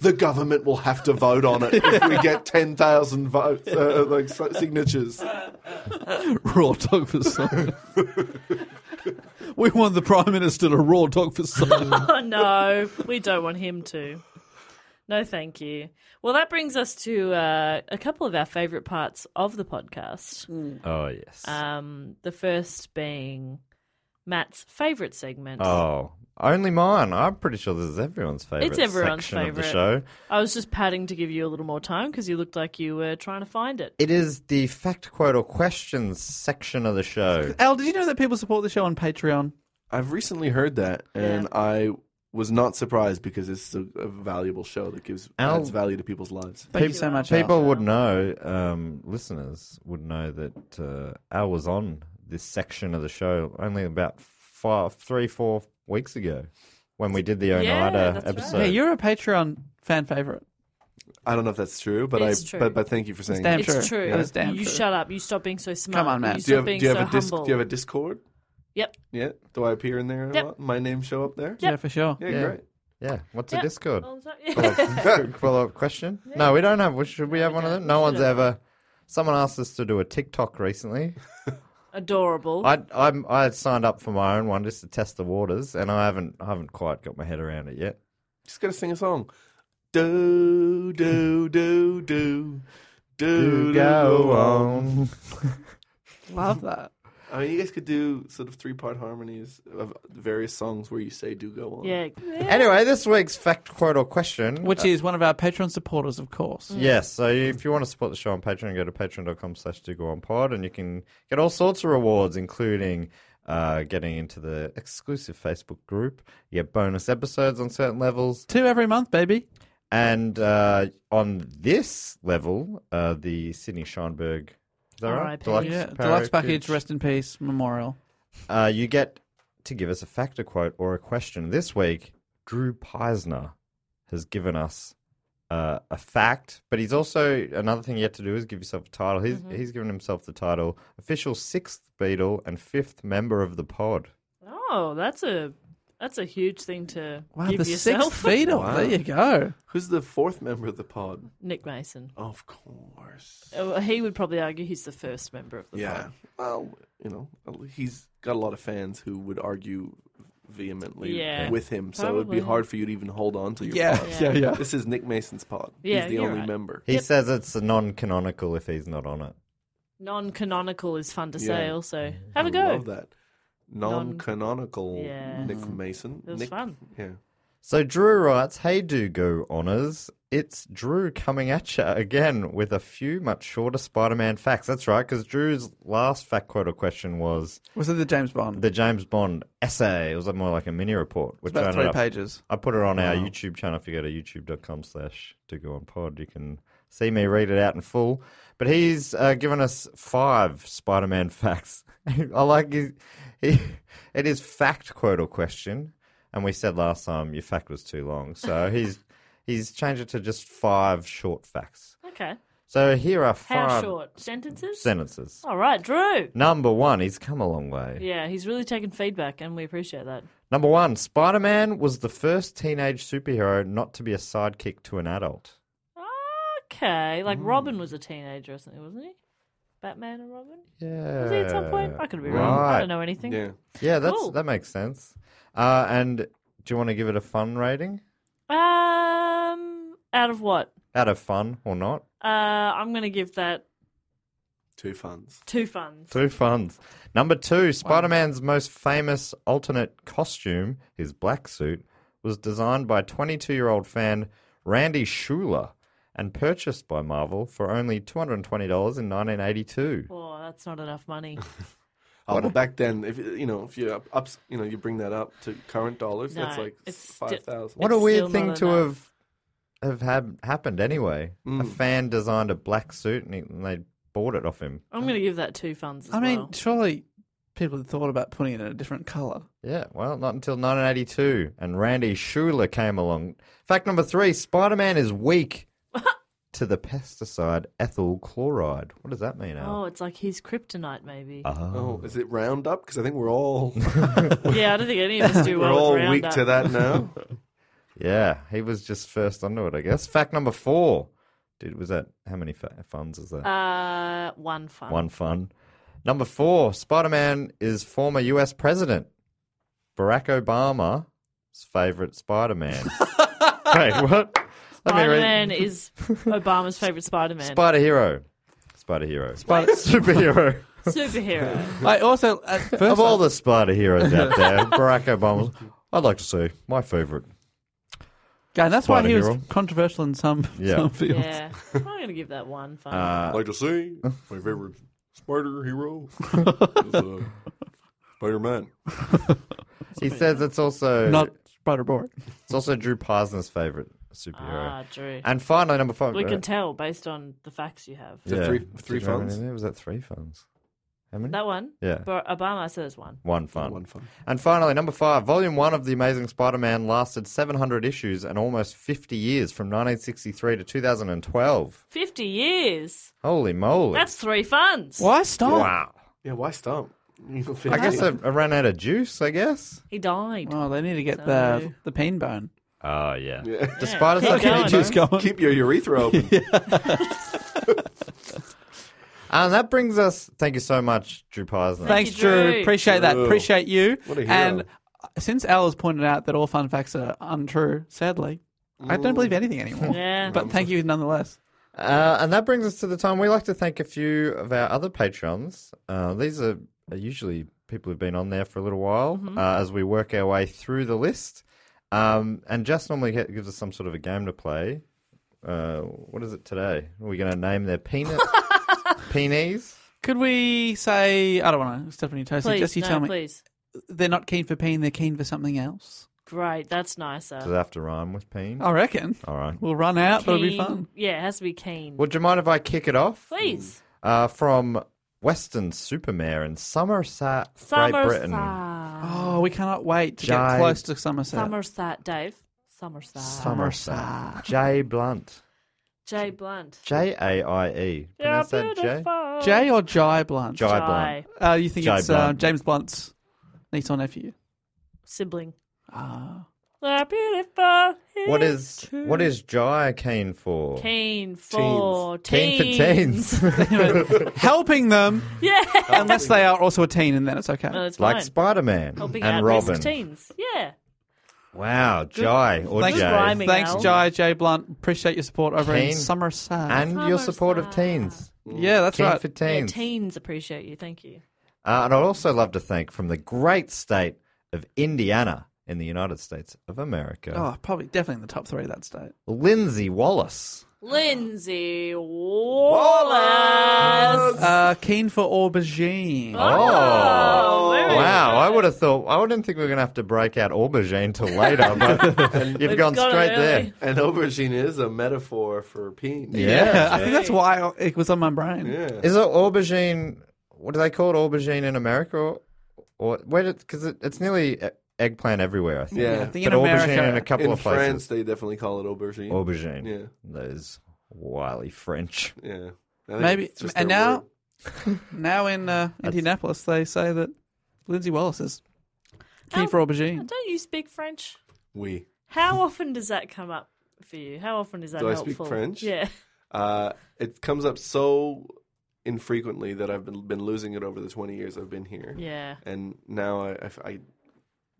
Speaker 7: the government will have to vote on it if we get 10,000 votes, uh, like s- signatures.
Speaker 4: raw dog for science. we want the prime minister to raw dog for science.
Speaker 5: Oh no, we don't want him to. No, thank you. Well, that brings us to uh, a couple of our favourite parts of the podcast.
Speaker 6: Oh yes.
Speaker 5: Um, the first being Matt's favourite segment.
Speaker 6: Oh, only mine. I'm pretty sure this is everyone's favorite.
Speaker 5: It's everyone's
Speaker 6: section of the
Speaker 5: favourite.
Speaker 6: show.
Speaker 5: I was just padding to give you a little more time because you looked like you were trying to find it.
Speaker 6: It is the fact, quote, or questions section of the show.
Speaker 4: Al, did you know that people support the show on Patreon?
Speaker 7: I've recently heard that, and I was not surprised because it's a, a valuable show that gives
Speaker 6: Al-
Speaker 7: adds value to people's lives.
Speaker 4: Thank you so much. Al.
Speaker 6: People would know, um, listeners would know that uh, Al was on this section of the show only about five, three, four weeks ago when we did the
Speaker 5: Yeah,
Speaker 6: Oneida
Speaker 5: that's right.
Speaker 6: episode.
Speaker 4: Yeah, you're a Patreon fan favorite.
Speaker 7: I don't know if that's true, but
Speaker 5: It's
Speaker 7: I
Speaker 5: true.
Speaker 7: but, but thank you for saying
Speaker 4: damn
Speaker 7: that.
Speaker 5: it's
Speaker 4: true.
Speaker 5: true.
Speaker 4: It was damn
Speaker 5: you
Speaker 4: true.
Speaker 5: shut up. You stop being so smart.
Speaker 4: on, Matt.
Speaker 7: Do you
Speaker 5: You stop
Speaker 7: have, do
Speaker 5: being
Speaker 7: you
Speaker 5: so
Speaker 7: have a disc,
Speaker 5: humble.
Speaker 7: do you have a Discord?
Speaker 5: Yep.
Speaker 7: Yeah. Do I appear in there? a
Speaker 5: Yep.
Speaker 7: lot? My name show up there?
Speaker 4: Yeah, for sure.
Speaker 7: Yeah,
Speaker 6: Yeah.
Speaker 7: great.
Speaker 6: yeah, Oh, what's
Speaker 5: Yeah.
Speaker 6: a Discord?
Speaker 5: Well, so-
Speaker 7: Oh.
Speaker 6: Follow up question? No, we don't have. we- Should we have one of them? No one's ever. Someone asked us to do a TikTok recently.
Speaker 5: Adorable.
Speaker 6: I I'm, I signed up for my own one just to test the waters, and I haven't I haven't quite got my head around it yet.
Speaker 7: Just gotta sing a song. Do do do do do do.
Speaker 6: on.
Speaker 4: Love that.
Speaker 7: I mean, you guys could do sort of three part harmonies of various songs where you say "do go on."
Speaker 5: yeah.
Speaker 6: Anyway, this week's fact, quote, or question.
Speaker 4: Which is one of our Patreon supporters, of course.
Speaker 6: Yes, so if you want to support the show on Patreon, go to patreon.com slash do go on pod and you can get all sorts of rewards, including uh, getting into the exclusive Facebook group. You get bonus episodes on certain levels.
Speaker 4: Two every month, baby.
Speaker 6: And uh, on this level, uh, the Sydney Scheinberg. Is that right?
Speaker 5: RIP.
Speaker 4: Yeah, deluxe package, rest in peace, memorial.
Speaker 6: Uh, you get to give us a factor quote or a question. This week, Drew Peisner has given us uh, a fact, but he's also another thing you have to do is give yourself a title. He's he's given himself the title official sixth Beatle and fifth member of the pod.
Speaker 5: Oh, that's a that's a huge thing to
Speaker 4: Wow,
Speaker 5: give
Speaker 4: the
Speaker 5: yourself.
Speaker 4: sixth beetle.
Speaker 7: Wow.
Speaker 4: There you go.
Speaker 7: Who's the fourth member of the pod?
Speaker 5: Nick Mason.
Speaker 7: Of course.
Speaker 5: Oh, He would probably argue he's the first member of the
Speaker 7: Yeah.
Speaker 5: pod.
Speaker 7: Well, you know, he's got a lot of fans who would argue vehemently
Speaker 5: Yeah.
Speaker 7: with him, so it would be
Speaker 5: Probably.
Speaker 7: hard for you to even hold on to your pod.
Speaker 5: Yeah.
Speaker 7: This is Nick Mason's pod.
Speaker 5: Yeah,
Speaker 7: he's the
Speaker 5: you're
Speaker 7: only
Speaker 5: right.
Speaker 7: member.
Speaker 6: He says it's non-canonical if he's not on it.
Speaker 5: Non-canonical is fun to
Speaker 7: Yeah. Mm-hmm.
Speaker 5: say. Also, have
Speaker 7: I
Speaker 5: a go.
Speaker 7: Love that. Non-canonical
Speaker 5: Yeah.
Speaker 7: Nick Mason.
Speaker 5: It was
Speaker 7: Nick-
Speaker 5: fun.
Speaker 7: Yeah.
Speaker 6: So Drew writes, "Hey, do go honors." It's Drew coming at you again with a few much shorter Spider-Man facts. That's right, because Drew's last fact quote or question was
Speaker 4: Was it the James Bond?
Speaker 6: the James Bond essay. It was more like a mini report. Which I
Speaker 4: About
Speaker 6: ended
Speaker 4: three
Speaker 6: up-
Speaker 4: pages.
Speaker 6: I put it on our YouTube channel. If you go to youtube.com slash to go on pod, you can see me read it out in full. But he's uh, given us five Spider Man facts. I like his, he, it is fact quote or question. And we said last time your fact was too long. So he's he's changed it to just five short facts.
Speaker 5: Okay.
Speaker 6: So here are
Speaker 5: How
Speaker 6: five
Speaker 5: short sentences?
Speaker 6: sentences.
Speaker 5: All right, Drew.
Speaker 6: Number one, he's come a long way.
Speaker 5: Yeah, he's really taken feedback, and we appreciate that.
Speaker 6: Number one, Spider Man was the first teenage superhero not to be a sidekick to an adult.
Speaker 5: Okay,
Speaker 6: Mm.
Speaker 5: like Robin was a teenager or something, wasn't he? Batman and Robin.
Speaker 6: Yeah.
Speaker 5: Was he at some point? I could be wrong. I
Speaker 6: Right.
Speaker 5: don't know anything.
Speaker 7: Yeah.
Speaker 6: Yeah, that's
Speaker 5: Cool.
Speaker 6: that makes sense. Uh, and do you want to give it a fun rating?
Speaker 5: Um, out of what?
Speaker 6: Out of fun or not?
Speaker 5: Uh, I'm gonna give that
Speaker 7: Two funds.
Speaker 5: two funds.
Speaker 6: Two funs. Number two, Spider Man's most famous alternate costume, his black suit, was designed by 22 year old fan Randy Schuler and purchased by Marvel for only $220 in 1982.
Speaker 5: Oh, that's not enough money.
Speaker 7: Oh, well, back then, if you know, if you up, ups, you know, you bring that up to current dollars,
Speaker 5: No,
Speaker 7: that's like
Speaker 5: it's sti-
Speaker 7: five thousand.
Speaker 6: What a
Speaker 5: It's
Speaker 6: weird
Speaker 5: still
Speaker 6: thing
Speaker 5: not
Speaker 6: to
Speaker 5: enough.
Speaker 6: have have had happened anyway. A fan designed a black suit and, he, and they bought it off him.
Speaker 5: I'm going to give that two funds as
Speaker 4: I mean,
Speaker 5: well.
Speaker 4: surely people had thought about putting it in a different color.
Speaker 6: Yeah, well, not until 1982 and Randy Schuler came along. Fact number three Spider Man is weak to the pesticide ethyl chloride. What does that mean,
Speaker 5: Oh,
Speaker 6: Al?
Speaker 5: it's like he's kryptonite, maybe.
Speaker 6: Uh,
Speaker 7: Oh, is it Roundup? Because I think we're all
Speaker 5: yeah, I don't think any of us do
Speaker 7: we're
Speaker 5: well with
Speaker 7: all
Speaker 5: Roundup.
Speaker 7: weak to that now.
Speaker 6: Yeah, he was just first onto it, I guess. Fact number four. Dude, was that how many fa- funds is that?
Speaker 5: Uh, one fund.
Speaker 6: One fun. Number four, Spider Man is former US President Barack Obama's favorite Spider Man. hey, what? Let me read-
Speaker 5: Spider-Man is Obama's favorite Spider-Man.
Speaker 6: Spider Hero. Spider Hero. Spider Superhero.
Speaker 5: Superhero.
Speaker 4: I also, uh, at first,
Speaker 6: of all the Spider Heroes out there, Barack Obama's. I'd like to say my favorite.
Speaker 4: and that's why he was
Speaker 6: Spider-Hero.
Speaker 4: controversial in some,
Speaker 6: Yeah.
Speaker 4: some fields.
Speaker 5: Yeah, I'm going to give that one fund.
Speaker 7: like to see my favorite spider hero Spider Man.
Speaker 6: He says it's also
Speaker 4: Not Spider Board.
Speaker 6: it's also Drew Parsons' favorite superhero.
Speaker 5: ah, Drew.
Speaker 6: and finally, number five.
Speaker 5: We can
Speaker 6: uh,
Speaker 5: tell based on the facts you have.
Speaker 7: Is it three-
Speaker 6: Did
Speaker 7: three
Speaker 6: you have
Speaker 7: funds?
Speaker 6: any there? Was that three funds? How many?
Speaker 5: That one?
Speaker 6: Yeah.
Speaker 5: Bar- Obama, I said it's one.
Speaker 6: One fun.
Speaker 7: One fun.
Speaker 6: And finally, number five, Volume One of the Amazing Spider-Man lasted 700 issues and almost 50 years, from 1963 to 2012.
Speaker 5: 50 years.
Speaker 6: Holy moly!
Speaker 5: That's three funds.
Speaker 4: Why stop?
Speaker 6: wow.
Speaker 7: Yeah, why stump? You know,
Speaker 6: I guess I,
Speaker 7: 50.
Speaker 6: I ran out of juice. I guess.
Speaker 5: He died.
Speaker 4: Oh, they need to get
Speaker 5: So-
Speaker 4: the the pain bone.
Speaker 6: Oh yeah.
Speaker 7: Yeah.
Speaker 6: Despite its
Speaker 5: Keep
Speaker 6: activity-
Speaker 5: going.
Speaker 4: Just going.
Speaker 7: keep your urethra open.
Speaker 6: and that brings us. Thank you so much, Drew Parsons.
Speaker 4: Thanks,
Speaker 5: you,
Speaker 4: Drew.
Speaker 5: Drew.
Speaker 4: Appreciate that.
Speaker 7: Drew.
Speaker 4: Appreciate you.
Speaker 7: What a hero.
Speaker 4: And since Al has pointed out that all fun facts are untrue, sadly, I don't believe anything anymore.
Speaker 5: Yeah.
Speaker 4: But thank you nonetheless.
Speaker 6: Uh, and that brings us to the time we like to thank a few of our other patrons. Uh, these are, are usually people who've been on there for a little while
Speaker 5: Mm-hmm.
Speaker 6: uh, as we work our way through the list. Um, and Jess normally get, gives us some sort of a game to play. Uh, what is it today? Are we going to name their peanut peonies?
Speaker 4: Could we say I don't want to step on your toes. here.
Speaker 5: Please,
Speaker 4: Just you
Speaker 5: no,
Speaker 4: tell me
Speaker 5: please.
Speaker 4: they're not keen for peen. They're keen for something else.
Speaker 5: Great, that's nicer.
Speaker 6: Does that have to rhyme with peen?
Speaker 5: Oh.
Speaker 4: I reckon
Speaker 6: All right.
Speaker 4: we'll run out, but it'll be
Speaker 5: Keen-
Speaker 4: fun.
Speaker 5: Yeah, it has to be keen.
Speaker 6: Would you mind if I kick it off?
Speaker 5: Please.
Speaker 6: Uh, from Western Supermare in Somerset, Great
Speaker 5: Somerset.
Speaker 6: Britain.
Speaker 4: Oh, we cannot wait to
Speaker 6: Jai-
Speaker 4: get close to Somerset.
Speaker 5: Somerset, Dave. Somerset.
Speaker 6: Somerset. Jay Blunt.
Speaker 5: Jay Blunt.
Speaker 6: J A I E.
Speaker 5: You're
Speaker 6: Pronounce that J?
Speaker 5: beautiful.
Speaker 4: Jay or Jai Blunt?
Speaker 6: Jai
Speaker 5: Jai.
Speaker 6: Blunt.
Speaker 4: Uh, you think
Speaker 6: Jai
Speaker 4: it's uh,
Speaker 6: Blunt.
Speaker 4: James Blunt's niece or nephew?
Speaker 5: Sibling.
Speaker 4: Ah.
Speaker 5: They're beautiful.
Speaker 6: What is what is Jai keen for?
Speaker 5: Keen for
Speaker 6: Keen
Speaker 5: teens.
Speaker 6: for teens.
Speaker 4: helping them
Speaker 5: yeah.
Speaker 4: unless they are also a teen and then it's okay
Speaker 5: No, it's
Speaker 6: like
Speaker 5: fine. Oh,
Speaker 6: Spider Man
Speaker 5: Helping
Speaker 6: and
Speaker 5: at-risk
Speaker 6: Robin.
Speaker 5: teens. Yeah.
Speaker 6: Wow, Jai or
Speaker 4: thanks,
Speaker 6: Jay.
Speaker 5: rhyming,
Speaker 4: thanks
Speaker 5: Al.
Speaker 4: jai jay blunt appreciate your support over in
Speaker 6: Keen.
Speaker 4: somerset
Speaker 6: And your support of teens.
Speaker 4: yeah that's
Speaker 6: Keen
Speaker 4: right
Speaker 6: for
Speaker 5: Yeah,
Speaker 6: teens.
Speaker 5: teens appreciate you. Thank you.
Speaker 6: Uh, and I'd also love to thank from the great state of Indiana in the United States of America,
Speaker 4: oh probably definitely in the top three that state
Speaker 6: Lindsay Wallace.
Speaker 5: Lindsay Wallace.
Speaker 4: uh, keen for aubergine
Speaker 5: Oh, very
Speaker 6: Wow, I
Speaker 5: good.
Speaker 6: would have thought. I didn't think we were going to have to break out aubergine till later, but you've gone
Speaker 5: got it
Speaker 6: straight there.
Speaker 5: early.
Speaker 7: and aubergine is a metaphor for peen.
Speaker 4: yeah i think that's why it was on my brain
Speaker 7: Yeah.
Speaker 6: Is it aubergine? What do they call it? Aubergine in America, or, or where? Because it, it's nearly e- eggplant everywhere. I think.
Speaker 7: Yeah.
Speaker 4: I
Speaker 6: but
Speaker 4: think in
Speaker 6: aubergine
Speaker 4: America,
Speaker 6: in a couple
Speaker 7: In
Speaker 6: of
Speaker 7: France,
Speaker 6: places.
Speaker 7: they definitely call it aubergine.
Speaker 6: aubergine.
Speaker 7: Yeah.
Speaker 6: Those wily French.
Speaker 7: yeah. I think
Speaker 4: maybe
Speaker 7: it's just
Speaker 4: and
Speaker 7: their
Speaker 4: now
Speaker 7: word.
Speaker 4: now in uh, indianapolis they say that lindsay wallace is keen
Speaker 5: How-
Speaker 4: for aubergine
Speaker 5: Don't you speak French?
Speaker 7: we.
Speaker 5: How often does that come up for you? How often is that
Speaker 7: Do I
Speaker 5: helpful?
Speaker 7: speak French?
Speaker 5: Yeah.
Speaker 7: Uh, it comes up so infrequently that I've been been losing it over the twenty years I've been here.
Speaker 5: Yeah.
Speaker 7: And now I, I, I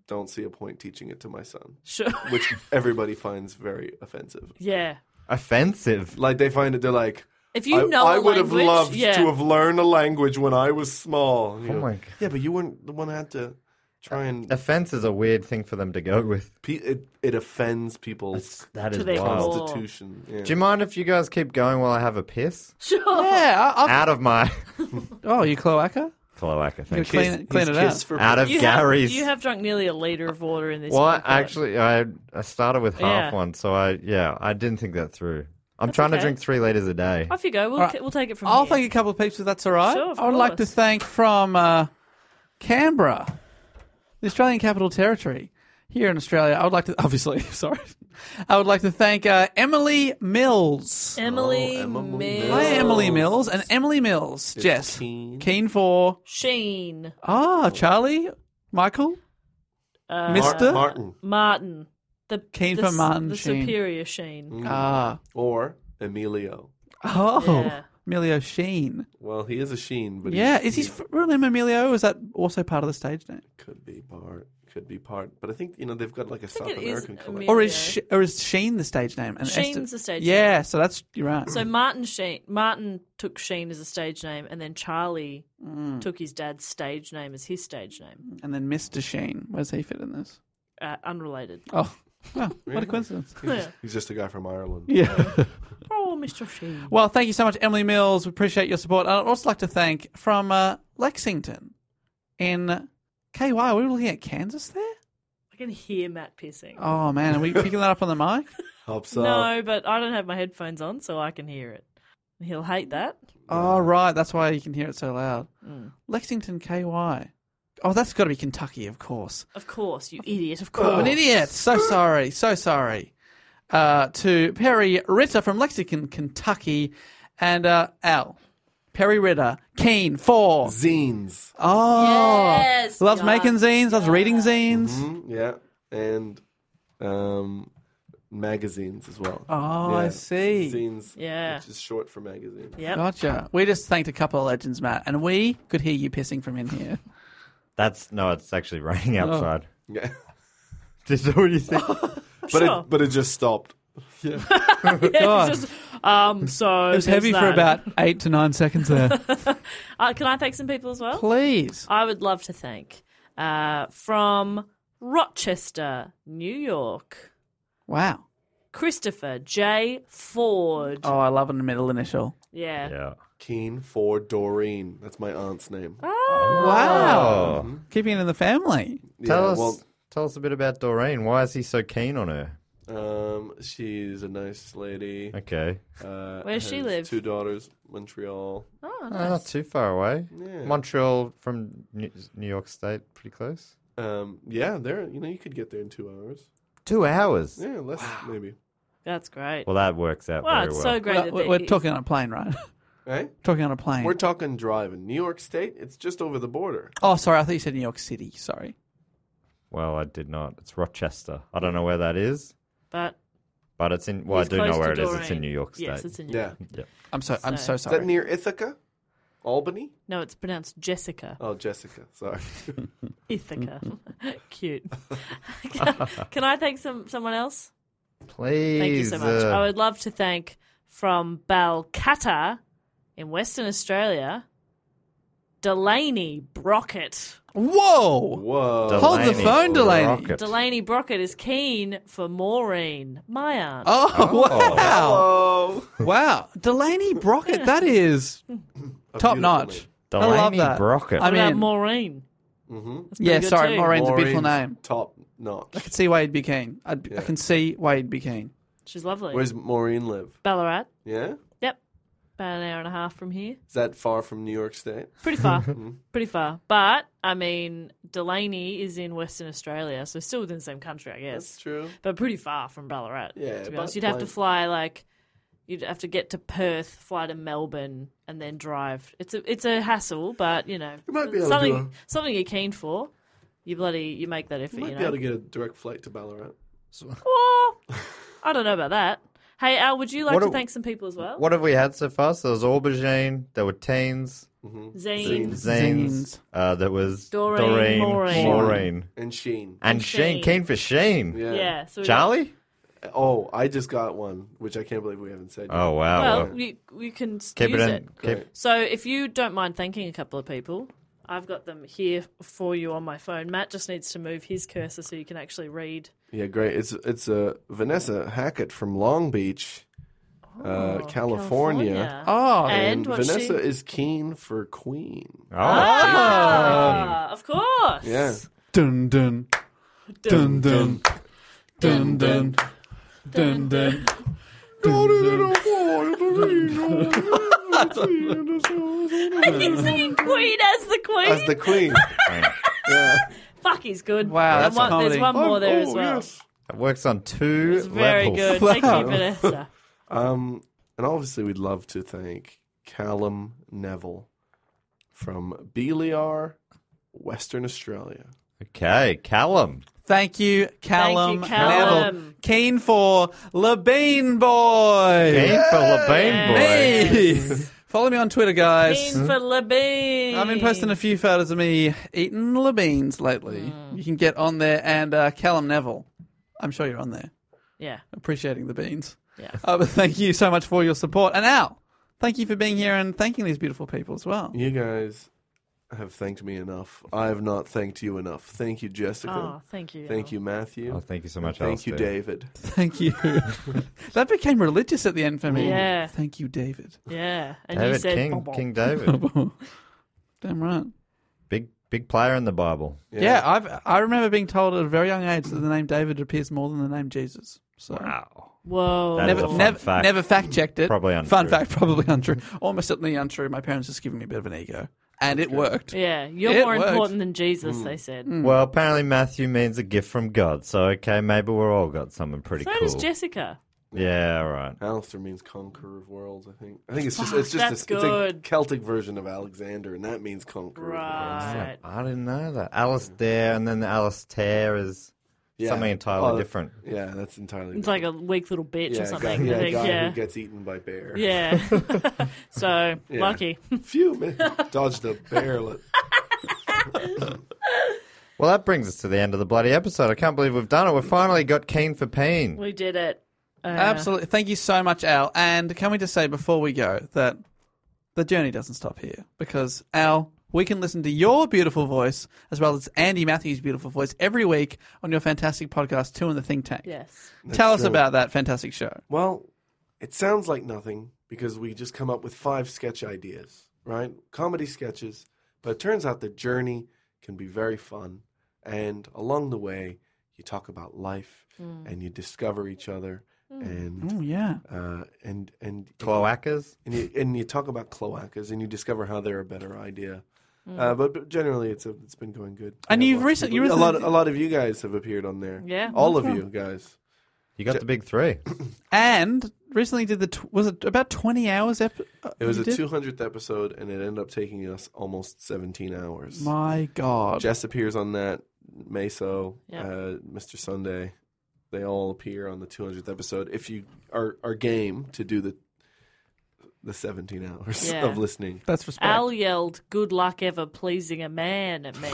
Speaker 7: don't see a point teaching it to my son,
Speaker 5: Sure.
Speaker 7: which everybody finds very offensive.
Speaker 5: yeah.
Speaker 6: Offensive.
Speaker 7: Like they find it, they're like,
Speaker 5: If you
Speaker 7: I,
Speaker 5: know
Speaker 7: I
Speaker 5: a
Speaker 7: would
Speaker 5: language,
Speaker 7: have loved
Speaker 5: yeah.
Speaker 7: to have learned a language when I was small. You
Speaker 6: Oh
Speaker 7: know?
Speaker 6: my God.
Speaker 7: Yeah, but you weren't the one that had to
Speaker 2: Try and
Speaker 6: Uh, Offense is a weird thing for them to go with.
Speaker 2: Pe- it, it offends people's
Speaker 6: That
Speaker 5: To
Speaker 6: is
Speaker 5: their
Speaker 6: wild.
Speaker 5: core.
Speaker 2: constitution. Yeah.
Speaker 6: Do you mind if you guys keep going while I have a piss?
Speaker 5: Sure.
Speaker 4: Yeah. I, I,
Speaker 6: Out of my
Speaker 4: oh, you cloaca?
Speaker 6: cloaca,
Speaker 4: You
Speaker 6: thank you.
Speaker 4: clean, it- clean
Speaker 2: His
Speaker 4: it out.
Speaker 2: kiss for
Speaker 6: Out of
Speaker 5: You
Speaker 6: Gary's.
Speaker 5: Have, you have drunk nearly a liter of water in this.
Speaker 6: well, I-
Speaker 5: bucket.
Speaker 6: actually, I I started with half
Speaker 5: Yeah.
Speaker 6: one, so I yeah, I didn't think that through. I'm trying to
Speaker 5: okay.
Speaker 6: drink three liters a day.
Speaker 5: off you go. We'll,
Speaker 4: All right.
Speaker 5: t- we'll take it from
Speaker 4: I'll
Speaker 5: here.
Speaker 4: thank a couple of peeps if that's all right.
Speaker 5: Sure, of
Speaker 4: I would like to
Speaker 5: course.
Speaker 4: thank from uh, Canberra, the Australian Capital Territory. Here in Australia, I would like to obviously sorry, I would like to thank uh, Emily Mills.
Speaker 5: Emily
Speaker 2: Oh, Emma Moon
Speaker 5: Mills.
Speaker 4: Hi, Emily Mills and Emily Mills. Jess,
Speaker 2: Keen.
Speaker 4: keen for
Speaker 5: Sheen.
Speaker 4: ah Charlie, Michael,
Speaker 5: Uh,
Speaker 2: Mar-
Speaker 4: Mister
Speaker 2: Martin
Speaker 5: Martin. The,
Speaker 4: Keen
Speaker 5: the,
Speaker 4: for
Speaker 5: s-
Speaker 4: Martin
Speaker 5: The
Speaker 4: Sheen.
Speaker 5: superior
Speaker 7: Mm,
Speaker 5: Sheen.
Speaker 4: ah
Speaker 2: or Emilio.
Speaker 4: oh
Speaker 5: Yeah.
Speaker 4: Emilio Sheen.
Speaker 2: Well, he is a Sheen, but
Speaker 4: yeah,
Speaker 2: he's,
Speaker 4: is his f- real name Emilio? Or is that also part of the stage name?
Speaker 2: could be part, could be part. But I think you know they've got like a
Speaker 5: think
Speaker 2: South
Speaker 5: it is
Speaker 2: American collection.
Speaker 5: Emilio.
Speaker 4: Or is she, or is Sheen the stage name? And
Speaker 5: Sheen's the stage
Speaker 4: Yeah,
Speaker 5: name.
Speaker 4: so that's you're right.
Speaker 2: Hmm.
Speaker 5: So Martin Sheen. Martin took Sheen as a stage name, and then Charlie
Speaker 2: Hmm.
Speaker 5: took his dad's stage name as his stage name.
Speaker 4: and then Mr. Sheen, where's he fit in this?
Speaker 5: Uh, unrelated.
Speaker 4: Oh, wow, what a coincidence.
Speaker 2: He's just a guy from Ireland.
Speaker 4: Yeah.
Speaker 5: Oh, Mr. Sheen.
Speaker 4: well, thank you so much, Emily Mills. We appreciate your support. And I'd also like to thank from uh, Lexington in KY. Are we looking at Kansas there?
Speaker 5: I can hear Matt pissing.
Speaker 4: Oh man, are we picking that up on the mic?
Speaker 2: Helps out.
Speaker 5: no, but I don't have my headphones on, so I can hear it. He'll hate that.
Speaker 4: Oh right, that's why you can hear it so loud.
Speaker 5: Mm.
Speaker 4: Lexington KY. Oh, that's got to be Kentucky, of course.
Speaker 5: Of course, you idiot. Of
Speaker 4: Oh,
Speaker 5: course.
Speaker 4: an idiot. So sorry. So sorry. Uh, to Perry Ritter from Lexington, Kentucky, and uh, Al. Perry Ritter, keen for.
Speaker 2: Zines.
Speaker 4: Oh,
Speaker 5: Yes,
Speaker 4: loves
Speaker 5: yeah.
Speaker 4: making zines. Loves reading zines.
Speaker 2: Mm, yeah, and um, magazines as well.
Speaker 4: Oh,
Speaker 2: yeah.
Speaker 4: I see.
Speaker 2: Zines.
Speaker 5: Yeah.
Speaker 2: which is short for magazine.
Speaker 5: Yep.
Speaker 4: Gotcha. We just thanked a couple of legends, Matt, and we could hear you pissing from in here.
Speaker 6: That's no, it's actually raining outside.
Speaker 2: Yeah,
Speaker 6: Is that what you think?
Speaker 2: but
Speaker 5: Sure.
Speaker 2: it but it just stopped.
Speaker 4: God.
Speaker 5: It's just, um, so
Speaker 4: it was heavy for about eight to nine seconds there.
Speaker 5: Uh, can I thank some people as well?
Speaker 4: Please.
Speaker 5: I would love to thank uh, from Rochester, New York,
Speaker 4: Wow.
Speaker 5: Christopher J. Ford.
Speaker 4: Oh, I love a middle initial.
Speaker 5: Yeah.
Speaker 6: yeah.
Speaker 2: Keen for Doreen. That's my aunt's name.
Speaker 5: Oh,
Speaker 4: Wow. Keeping it in the family.
Speaker 6: Tell
Speaker 2: mm-hmm. yeah,
Speaker 6: us, tell us a bit about Doreen. Why is he so keen on her?
Speaker 2: Well, um, she's a nice lady.
Speaker 6: Okay,
Speaker 2: Uh,
Speaker 5: Where does she
Speaker 2: has
Speaker 5: live?
Speaker 2: Two daughters, Montreal.
Speaker 5: oh,
Speaker 6: Ah, not
Speaker 5: nice.
Speaker 6: too far away.
Speaker 2: Yeah.
Speaker 6: Montreal from New New York State, pretty close.
Speaker 2: Um, yeah, there. You know, you could get there in two hours.
Speaker 6: Two hours.
Speaker 2: Yeah, less maybe.
Speaker 5: That's great.
Speaker 6: Well, that works out
Speaker 5: Wow,
Speaker 6: very
Speaker 5: it's
Speaker 6: well.
Speaker 5: so great.
Speaker 4: We're,
Speaker 5: that
Speaker 4: we're-
Speaker 5: they-
Speaker 4: we're talking on a plane, right?
Speaker 2: Right?
Speaker 4: talking on a plane.
Speaker 2: Eh? We're talking driving. New York State. It's just over the border.
Speaker 4: Oh, sorry. I thought you said New York City. Sorry.
Speaker 6: well, I did not. It's Rochester. I don't know where that is,
Speaker 5: But
Speaker 6: but it's in. Well,
Speaker 5: he's
Speaker 6: I do know
Speaker 5: close
Speaker 6: where it
Speaker 5: to
Speaker 6: is. It's in
Speaker 5: Doreen.
Speaker 6: New York State.
Speaker 5: Yes, it's in New
Speaker 2: Yeah.
Speaker 5: York.
Speaker 6: yeah.
Speaker 4: I'm so, I'm so
Speaker 5: So-
Speaker 2: Is
Speaker 4: sorry.
Speaker 2: that near Ithaca, Albany?
Speaker 5: No, it's pronounced Jessica.
Speaker 2: Oh, Jessica. Sorry.
Speaker 5: Ithaca. Cute. can, can I thank some someone else?
Speaker 6: Please.
Speaker 5: Thank you so much.
Speaker 6: uh,
Speaker 5: I would love to thank from Balcatta in Western Australia, Delaney Brockett.
Speaker 4: Whoa!
Speaker 2: Whoa.
Speaker 6: Delaney
Speaker 4: Hold the phone, Delaney.
Speaker 6: Rocket.
Speaker 5: Delaney Brockett is keen for Maureen, my aunt.
Speaker 4: Oh, wow!
Speaker 2: Hello.
Speaker 4: Wow, Delaney Brockett. That is
Speaker 2: A
Speaker 4: top
Speaker 2: beautiful
Speaker 4: notch.
Speaker 2: name.
Speaker 4: I love
Speaker 6: Delaney
Speaker 4: that.
Speaker 6: Brockett.
Speaker 4: I
Speaker 5: What about
Speaker 4: mean,
Speaker 5: Maureen?
Speaker 4: yeah.
Speaker 5: pretty good
Speaker 4: Sorry,
Speaker 5: too.
Speaker 4: Maureen's a beautiful
Speaker 2: Mm-hmm. Maureen's
Speaker 4: name.
Speaker 2: Top
Speaker 4: I
Speaker 2: notch.
Speaker 4: can see why he'd be keen. I'd, I
Speaker 2: Yeah.
Speaker 4: can see why he'd be keen.
Speaker 5: She's lovely.
Speaker 2: Where's Maureen live?
Speaker 5: Ballarat?
Speaker 2: Yeah.
Speaker 5: Yep. About an hour and a half from here.
Speaker 2: Is that far from New York State?
Speaker 5: Pretty far.
Speaker 2: Mm-hmm.
Speaker 5: pretty far. But, I mean, Delaney is in Western Australia, so still within the same country, I guess.
Speaker 2: That's true.
Speaker 5: but pretty far from Ballarat.
Speaker 2: Yeah,
Speaker 5: to be
Speaker 2: but
Speaker 5: honest, you'd have to
Speaker 2: plane.
Speaker 5: fly like you'd have to get to Perth, fly to Melbourne, and then drive. It's a it's a hassle, but you know,
Speaker 2: You might be able to
Speaker 5: something
Speaker 2: do
Speaker 5: something you're keen for. You bloody you make that effort,
Speaker 2: You
Speaker 5: you,
Speaker 2: might be
Speaker 5: know.
Speaker 2: able to get a direct flight to Ballarat.
Speaker 5: Or- I don't know about that. Hey Al, would you like
Speaker 6: What
Speaker 5: to
Speaker 6: do-
Speaker 5: thank some people as well?
Speaker 6: What have we had so far? So there was aubergine. There were teens,
Speaker 5: Zane,
Speaker 6: zines.
Speaker 4: Zines.
Speaker 6: Uh, there was
Speaker 5: Doreen,
Speaker 6: Doreen,
Speaker 5: Maureen.
Speaker 6: Maureen.
Speaker 2: And Sheen.
Speaker 6: and Sheen.
Speaker 5: Sheen.
Speaker 6: Keen for Sheen.
Speaker 2: Yeah.
Speaker 5: yeah, so we got-
Speaker 6: Charlie.
Speaker 2: Oh, I just got one, which I can't believe we haven't said.
Speaker 6: Oh wow.
Speaker 5: Well, you, you can s-
Speaker 6: keep
Speaker 5: use
Speaker 6: it
Speaker 5: it.
Speaker 6: in. Keep,
Speaker 2: Great.
Speaker 5: So if you don't mind thanking a couple of people, I've got them here for you on my phone. Matt just needs to move his cursor so you can actually read.
Speaker 7: Yeah, great. It's it's uh, Vanessa Hackett from Long Beach, uh, California.
Speaker 5: Oh, California. Oh.
Speaker 7: and,
Speaker 5: And what
Speaker 7: Vanessa
Speaker 5: she-
Speaker 7: is keen for Queen. Oh,
Speaker 5: Ah, of course.
Speaker 7: yeah.
Speaker 4: Dun dun dun dun dun dun dun dun.
Speaker 5: Are you singing Queen as the Queen?
Speaker 7: As the Queen. yeah.
Speaker 5: Fuck, he's good.
Speaker 6: Wow,
Speaker 5: And
Speaker 6: that's
Speaker 5: one-
Speaker 6: comedy.
Speaker 5: There's one more there
Speaker 7: Oh,
Speaker 5: as well.
Speaker 7: yes.
Speaker 6: That works on two
Speaker 5: very
Speaker 6: levels.
Speaker 5: good. Thank you, Vanessa.
Speaker 7: Um, and obviously, we'd love to thank Callum Neville from Beliar, Western Australia.
Speaker 6: Okay, Callum.
Speaker 4: Thank you, Callum.
Speaker 7: Callum.
Speaker 4: Neville. Keen for Labine Boy.
Speaker 6: Keen for Labine Boy.
Speaker 4: Me. Follow me on Twitter, guys.
Speaker 5: Queen for Labine.
Speaker 4: I've been posting a few photos of me eating La beans lately. You can get on there and uh, Callum Neville. I'm sure you're on there.
Speaker 5: Yeah.
Speaker 4: Appreciating the beans.
Speaker 5: Yeah.
Speaker 4: Uh, but thank you so much for your support. And Al, thank you for being here and thanking these beautiful people as well.
Speaker 7: You guys have thanked me enough. I have not thanked you enough. Thank you, Jessica.
Speaker 5: Oh, thank you,
Speaker 7: Thank
Speaker 5: Al.
Speaker 7: you, Matthew.
Speaker 6: Oh, thank you so much,
Speaker 7: And Thank
Speaker 6: Alistair.
Speaker 7: you, David.
Speaker 4: Thank you. that became religious at the end for me.
Speaker 5: Yeah.
Speaker 4: Thank you, David.
Speaker 5: Yeah. And you
Speaker 6: David
Speaker 5: said
Speaker 6: King, King David,
Speaker 4: Damn right.
Speaker 6: big big player in the Bible.
Speaker 4: Yeah, I've I remember being told at a very young age that the name David appears more than the name Jesus. So
Speaker 2: Oh.
Speaker 6: Wow.
Speaker 5: Whoa.
Speaker 6: That is
Speaker 4: never
Speaker 6: a fun
Speaker 4: never,
Speaker 6: fact.
Speaker 4: never fact checked it.
Speaker 6: Probably
Speaker 4: Fun
Speaker 6: untrue.
Speaker 4: fact, probably untrue. Almost certainly untrue. My parents just giving me a bit of an ego, and it worked.
Speaker 5: Yeah, you're
Speaker 4: It
Speaker 5: more
Speaker 4: worked.
Speaker 5: important than Jesus,
Speaker 7: Mm.
Speaker 5: they said.
Speaker 6: Well, apparently Matthew means a gift from God. So okay, maybe we're all got something pretty
Speaker 5: so
Speaker 6: cool.
Speaker 5: does Jessica.
Speaker 6: yeah, all right.
Speaker 7: Alistair means conqueror of worlds. I think. I think it's just it's
Speaker 5: Fuck,
Speaker 7: just a,
Speaker 5: that's
Speaker 7: it's a
Speaker 5: good.
Speaker 7: Celtic version of Alexander, and that means conqueror. Of worlds.
Speaker 5: Right.
Speaker 6: I didn't know that. Alistair and then Alistair is
Speaker 7: Yeah.
Speaker 6: something entirely
Speaker 7: Oh,
Speaker 6: different.
Speaker 7: Yeah, that's entirely.
Speaker 5: It's like a weak little bitch
Speaker 7: yeah,
Speaker 5: or
Speaker 7: a
Speaker 5: something.
Speaker 7: Guy,
Speaker 5: I
Speaker 7: yeah, a
Speaker 5: think.
Speaker 7: guy
Speaker 5: yeah.
Speaker 7: who gets eaten by bear.
Speaker 5: yeah. so
Speaker 7: Yeah.
Speaker 5: lucky.
Speaker 7: Phew, man, dodged a bear. Look.
Speaker 6: Well, that brings us to the end of the bloody episode. I can't believe we've done it. We've finally got keen for pain.
Speaker 5: We did it. Uh,
Speaker 4: Absolutely. Thank you so much, Al. And can we just say before we go that the journey doesn't stop here because Al, we can listen to your beautiful voice as well as Andy Matthews' beautiful voice every week on your fantastic podcast, Two in the Think Tank.
Speaker 5: Yes.
Speaker 4: Tell us
Speaker 7: That's true.
Speaker 4: about that fantastic show.
Speaker 7: Well, it sounds like nothing because we just come up with five sketch ideas, right? Comedy sketches. But it turns out the journey can be very fun. And along the way, you talk about life and you discover each other. And
Speaker 4: Oh yeah.
Speaker 7: uh, and and
Speaker 6: Cloacas.
Speaker 7: and you, and you talk about cloacas and you discover how they're a better idea. Uh, but, but generally, it's a, it's been going good.
Speaker 4: And
Speaker 7: We have
Speaker 4: you've
Speaker 7: lots of
Speaker 4: recent-
Speaker 7: people-
Speaker 4: you
Speaker 7: a
Speaker 4: recently-
Speaker 7: lot of- a lot of you guys have appeared on there.
Speaker 5: Yeah.
Speaker 7: all of you guys.
Speaker 6: You got the big three.
Speaker 4: And recently did the tw- was it about 20 hours ep- uh,
Speaker 7: It was
Speaker 4: you
Speaker 7: a
Speaker 4: did?
Speaker 7: two hundredth episode, and it ended up taking us almost seventeen hours.
Speaker 4: My god.
Speaker 7: Jess appears on that. Meso,
Speaker 5: Yeah.
Speaker 7: uh, Mr. Sunday, they all appear on the two hundredth episode. If you are are game to do the the seventeen hours
Speaker 5: Yeah.
Speaker 7: of listening,
Speaker 4: That's respect.
Speaker 5: Al yelled, "Good luck ever pleasing a man" at me,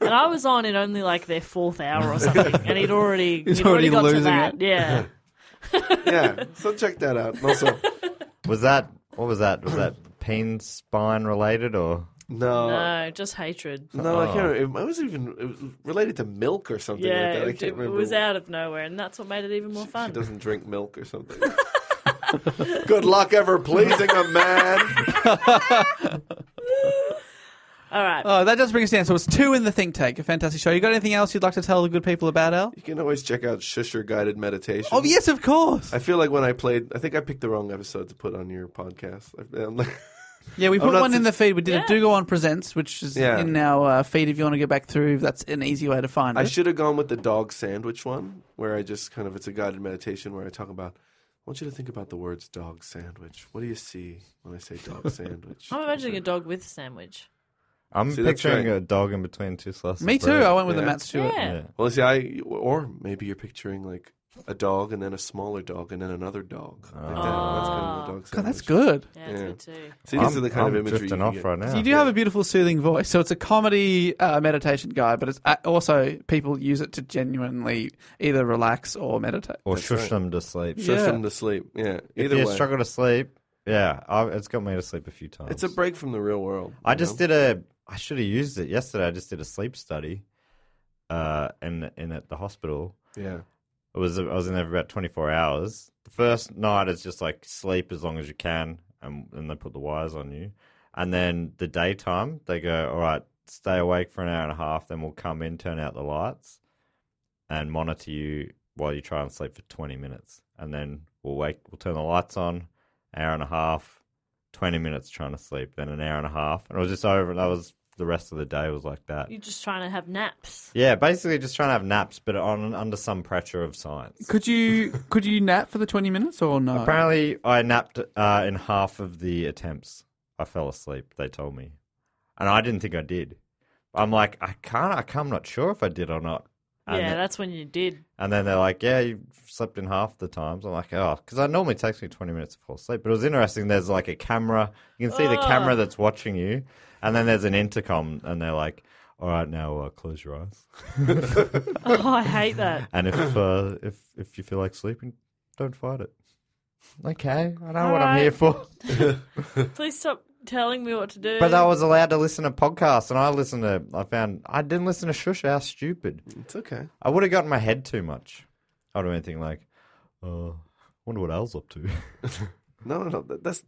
Speaker 5: and I was on in only like their fourth hour or something, and he'd already
Speaker 4: He's
Speaker 5: he'd
Speaker 4: already
Speaker 5: already, got to
Speaker 4: losing
Speaker 5: that.
Speaker 4: it.
Speaker 5: Yeah,
Speaker 7: yeah. So check that out. And Also,
Speaker 6: Was that what was that? Was that pain spine related or
Speaker 7: no,
Speaker 5: no, just hatred.
Speaker 7: No, I can't. Remember. It was even it was related to milk or something
Speaker 5: yeah,
Speaker 7: like that. I
Speaker 5: it,
Speaker 7: can't
Speaker 5: it
Speaker 7: remember.
Speaker 5: was out of nowhere, and that's what made it even more
Speaker 7: She
Speaker 5: fun.
Speaker 7: doesn't drink milk or something. Good luck ever pleasing a man.
Speaker 5: All right,
Speaker 4: Oh, that does bring us down. So it's two in the think tank. A fantastic show. You got anything else you'd like to tell the good people about, Al?
Speaker 7: You can always check out Shusher Guided Meditation.
Speaker 4: Oh yes, of course.
Speaker 7: I feel like when I played, I think I picked the wrong episode to put on your podcast. I- I'm like,
Speaker 4: Yeah, we
Speaker 7: I'm
Speaker 4: put
Speaker 7: not
Speaker 4: one in
Speaker 7: su-
Speaker 4: the feed. We did
Speaker 5: Yeah.
Speaker 4: a Do Go On Presents, which is
Speaker 7: Yeah.
Speaker 4: in our uh, feed if you want to go back through. That's an easy way to find
Speaker 7: I
Speaker 4: it.
Speaker 7: should have gone with the dog sandwich one, where I just kind of it's a guided meditation where I talk about. I want you to think about the words dog sandwich. What do you see when I say dog sandwich?
Speaker 5: I'm imagining a dog with a sandwich.
Speaker 6: I'm
Speaker 7: See, that's
Speaker 6: picturing
Speaker 7: right.
Speaker 6: a dog in between two slices.
Speaker 4: Me
Speaker 6: of
Speaker 4: too.
Speaker 6: bread.
Speaker 4: I went with
Speaker 7: Yeah.
Speaker 4: the Matt Stewart.
Speaker 5: Yeah.
Speaker 7: Well, see, I or maybe you're picturing like a dog and then a smaller dog and then another dog. Like that. That's kind of a dog
Speaker 4: God,
Speaker 7: sandwich.
Speaker 4: that's good.
Speaker 5: Oh, Yeah, it's
Speaker 7: Yeah.
Speaker 5: good too.
Speaker 7: See, these
Speaker 6: I'm-
Speaker 7: are the kind
Speaker 6: I'm
Speaker 7: of imagery you
Speaker 6: drifting
Speaker 7: can
Speaker 6: off
Speaker 7: get.
Speaker 6: right now.
Speaker 4: You do have a beautiful, soothing voice. So it's a comedy uh, meditation guide, but it's uh, also people use it to genuinely either relax or meditate.
Speaker 6: or
Speaker 7: That's
Speaker 6: shush
Speaker 7: right.
Speaker 6: them to sleep.
Speaker 7: Shush
Speaker 4: Yeah.
Speaker 7: them to sleep. Yeah.
Speaker 6: If
Speaker 7: Either
Speaker 6: you
Speaker 7: way,
Speaker 6: struggle to sleep, yeah, I, it's got me to sleep a few times.
Speaker 7: it's a break from the real world.
Speaker 6: I
Speaker 7: you
Speaker 6: just
Speaker 7: know?
Speaker 6: did a I should have used it yesterday. I just did a sleep study, uh, in in at the hospital.
Speaker 9: Yeah.
Speaker 6: It was I was in there for about twenty four hours. The first night it's just like sleep as long as you can, and and they put the wires on you, and then the daytime they go all right, stay awake for an hour and a half, then we'll come in, turn out the lights, and monitor you while you try and sleep for twenty minutes, and then we'll wake, we'll turn the lights on, hour and a half, 20 minutes trying to sleep, then an hour and a half. And it was just over. And that was the rest of the day was like that.
Speaker 5: You're just trying to have naps.
Speaker 6: Yeah, basically just trying to have naps, but on under some pressure of science.
Speaker 4: Could you could you nap for the twenty minutes or no?
Speaker 6: Apparently, I napped uh, in half of the attempts. I fell asleep, they told me. And I didn't think I did. I'm like, I can't, I can't- I'm not sure if I did or not. And
Speaker 5: yeah,
Speaker 6: then-
Speaker 5: that's when you did.
Speaker 6: and then they're like, yeah, you slept in half the times. I'm like, oh, because I normally takes me 20 minutes to fall asleep. But it was interesting. There's like a camera. You can see the
Speaker 5: Oh.
Speaker 6: camera that's watching you. And then there's an intercom. And they're like, all right, now uh, close your eyes.
Speaker 5: Oh, I hate that.
Speaker 6: And if, uh, if, if you feel like sleeping, don't fight it. Okay. I know
Speaker 5: All
Speaker 6: what I'm here
Speaker 5: right.
Speaker 6: for.
Speaker 5: Please stop telling me what to do.
Speaker 6: but I was allowed to listen to podcasts. And I listened to, I found, I didn't listen to Shush. How stupid.
Speaker 9: It's okay.
Speaker 6: I would have gotten my head too much. I would have been thinking like, oh, wonder what Al's up to.
Speaker 9: No, no, no. that- That's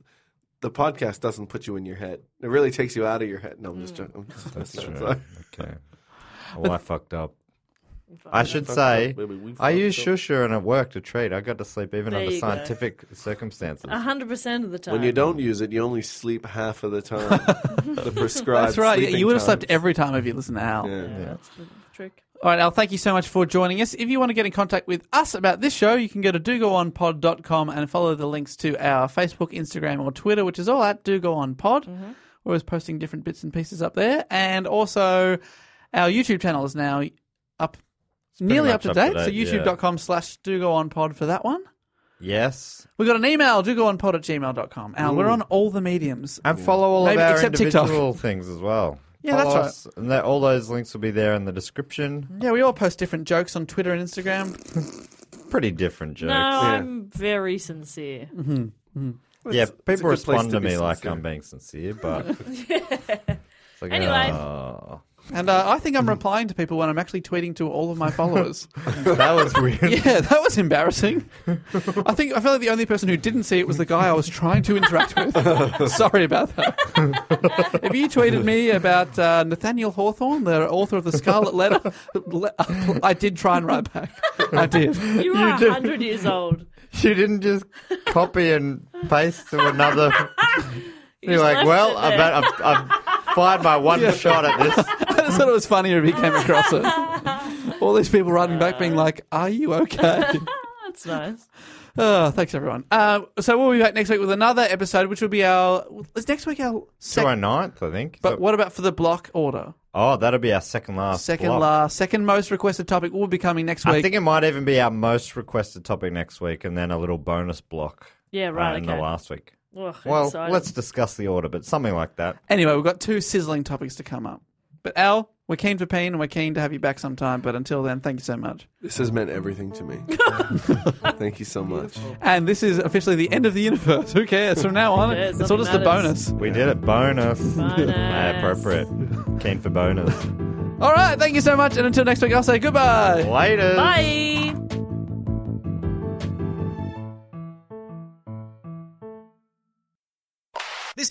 Speaker 9: the podcast doesn't put you in your head. It really takes you out of your head. No, I'm just joking. I'm just
Speaker 6: That's
Speaker 9: messing
Speaker 6: true.
Speaker 9: around. Sorry.
Speaker 6: Okay. Well, I fucked up.
Speaker 5: fucked
Speaker 6: I
Speaker 5: up.
Speaker 6: should
Speaker 9: Fucked
Speaker 6: say,
Speaker 9: up, baby, we
Speaker 6: I
Speaker 9: fucked
Speaker 6: used
Speaker 9: up.
Speaker 6: Shusha and it worked a treat. I got to sleep even
Speaker 5: There
Speaker 6: under
Speaker 5: you go.
Speaker 6: scientific circumstances.
Speaker 9: Uh-huh.
Speaker 5: A hundred percent of the time.
Speaker 9: When you don't use it, you only sleep half of the time. the prescribed.
Speaker 4: That's right.
Speaker 9: sleeping
Speaker 4: You would have
Speaker 9: time.
Speaker 4: slept every time if you listened to Al.
Speaker 9: Yeah.
Speaker 5: That's the trick.
Speaker 4: All right, Al, thank you so much for joining us. If you want to get in contact with us about this show, you can go to dogoonpod.com and follow the links to our Facebook, Instagram, or Twitter, which is all at Do Go On Pod. We're always posting different bits and pieces up there. And also, our YouTube channel is now up, nearly up
Speaker 6: much
Speaker 4: to,
Speaker 6: up to
Speaker 4: date, So,
Speaker 6: date, yeah.
Speaker 4: youtube.com slash Do Go On Pod for that one.
Speaker 6: Yes.
Speaker 4: We got an email, dogoonpod at gmail.com. Al, we're on all the mediums.
Speaker 6: And follow all
Speaker 4: Maybe
Speaker 6: of our
Speaker 4: except TikTok.
Speaker 6: individual things as well.
Speaker 4: Yeah, that's
Speaker 6: Follow
Speaker 4: right.
Speaker 6: us, And that, all those links will be there in the description.
Speaker 4: Yeah, we all post different jokes on Twitter and Instagram.
Speaker 6: Pretty different jokes.
Speaker 5: No,
Speaker 6: yeah,
Speaker 5: I'm very sincere.
Speaker 9: It's- it's a
Speaker 6: people
Speaker 9: good place
Speaker 6: respond
Speaker 9: to
Speaker 6: to
Speaker 9: be
Speaker 6: me like
Speaker 9: sincere.
Speaker 6: I'm being sincere, but. It's like,
Speaker 5: Anyway.
Speaker 6: oh.
Speaker 4: And uh, I think I'm replying to people when I'm actually tweeting to all of my followers.
Speaker 6: that was weird.
Speaker 4: yeah, that was embarrassing. I think I feel like the only person who didn't see it was the guy I was trying to interact with. Sorry about that. Have you tweeted me about uh, Nathaniel Hawthorne, the author of The Scarlet Letter? Le- I did try and write back. I did.
Speaker 5: You are
Speaker 6: did-
Speaker 5: hundred years old.
Speaker 6: You didn't just copy and paste to another. You're like,
Speaker 5: left
Speaker 6: well,
Speaker 5: it
Speaker 6: I've,
Speaker 5: there."
Speaker 6: I've, I've fired my one shot at this.
Speaker 4: I just thought it was funnier if he came across it. All these people writing back being like, are you okay?
Speaker 5: Ah, That's nice.
Speaker 4: Oh, thanks everyone. Uh, so we'll be back next week with another episode, which will be our is next week our second.
Speaker 6: 29th, oh I think.
Speaker 4: But what about for the block order?
Speaker 6: oh, that'll be our second last.
Speaker 4: Second
Speaker 6: block.
Speaker 4: last, second most requested topic will be coming next week.
Speaker 6: I think it might even be our most requested topic next week, and then a little bonus block.
Speaker 5: Yeah, right,
Speaker 6: uh, in
Speaker 5: okay.
Speaker 6: the last week.
Speaker 5: Ugh,
Speaker 6: Well,
Speaker 5: exciting.
Speaker 6: let's discuss the order, but something like that.
Speaker 4: anyway, we've got two sizzling topics to come up. But Al, we're keen for pain, and we're keen to have you back sometime. But until then, thank you so much.
Speaker 9: This has meant everything to me. Thank you so much.
Speaker 4: And this is officially the end of the universe. Who cares? From now on,
Speaker 5: cares?
Speaker 4: it's all just
Speaker 5: Nothing
Speaker 4: a
Speaker 5: matters.
Speaker 4: bonus.
Speaker 6: We did it. Bonus.
Speaker 5: Bonus.
Speaker 6: Appropriate. Keen for bonus.
Speaker 4: All right, thank you so much. And until next week, I'll say goodbye.
Speaker 6: Later.
Speaker 5: Bye.
Speaker 2: This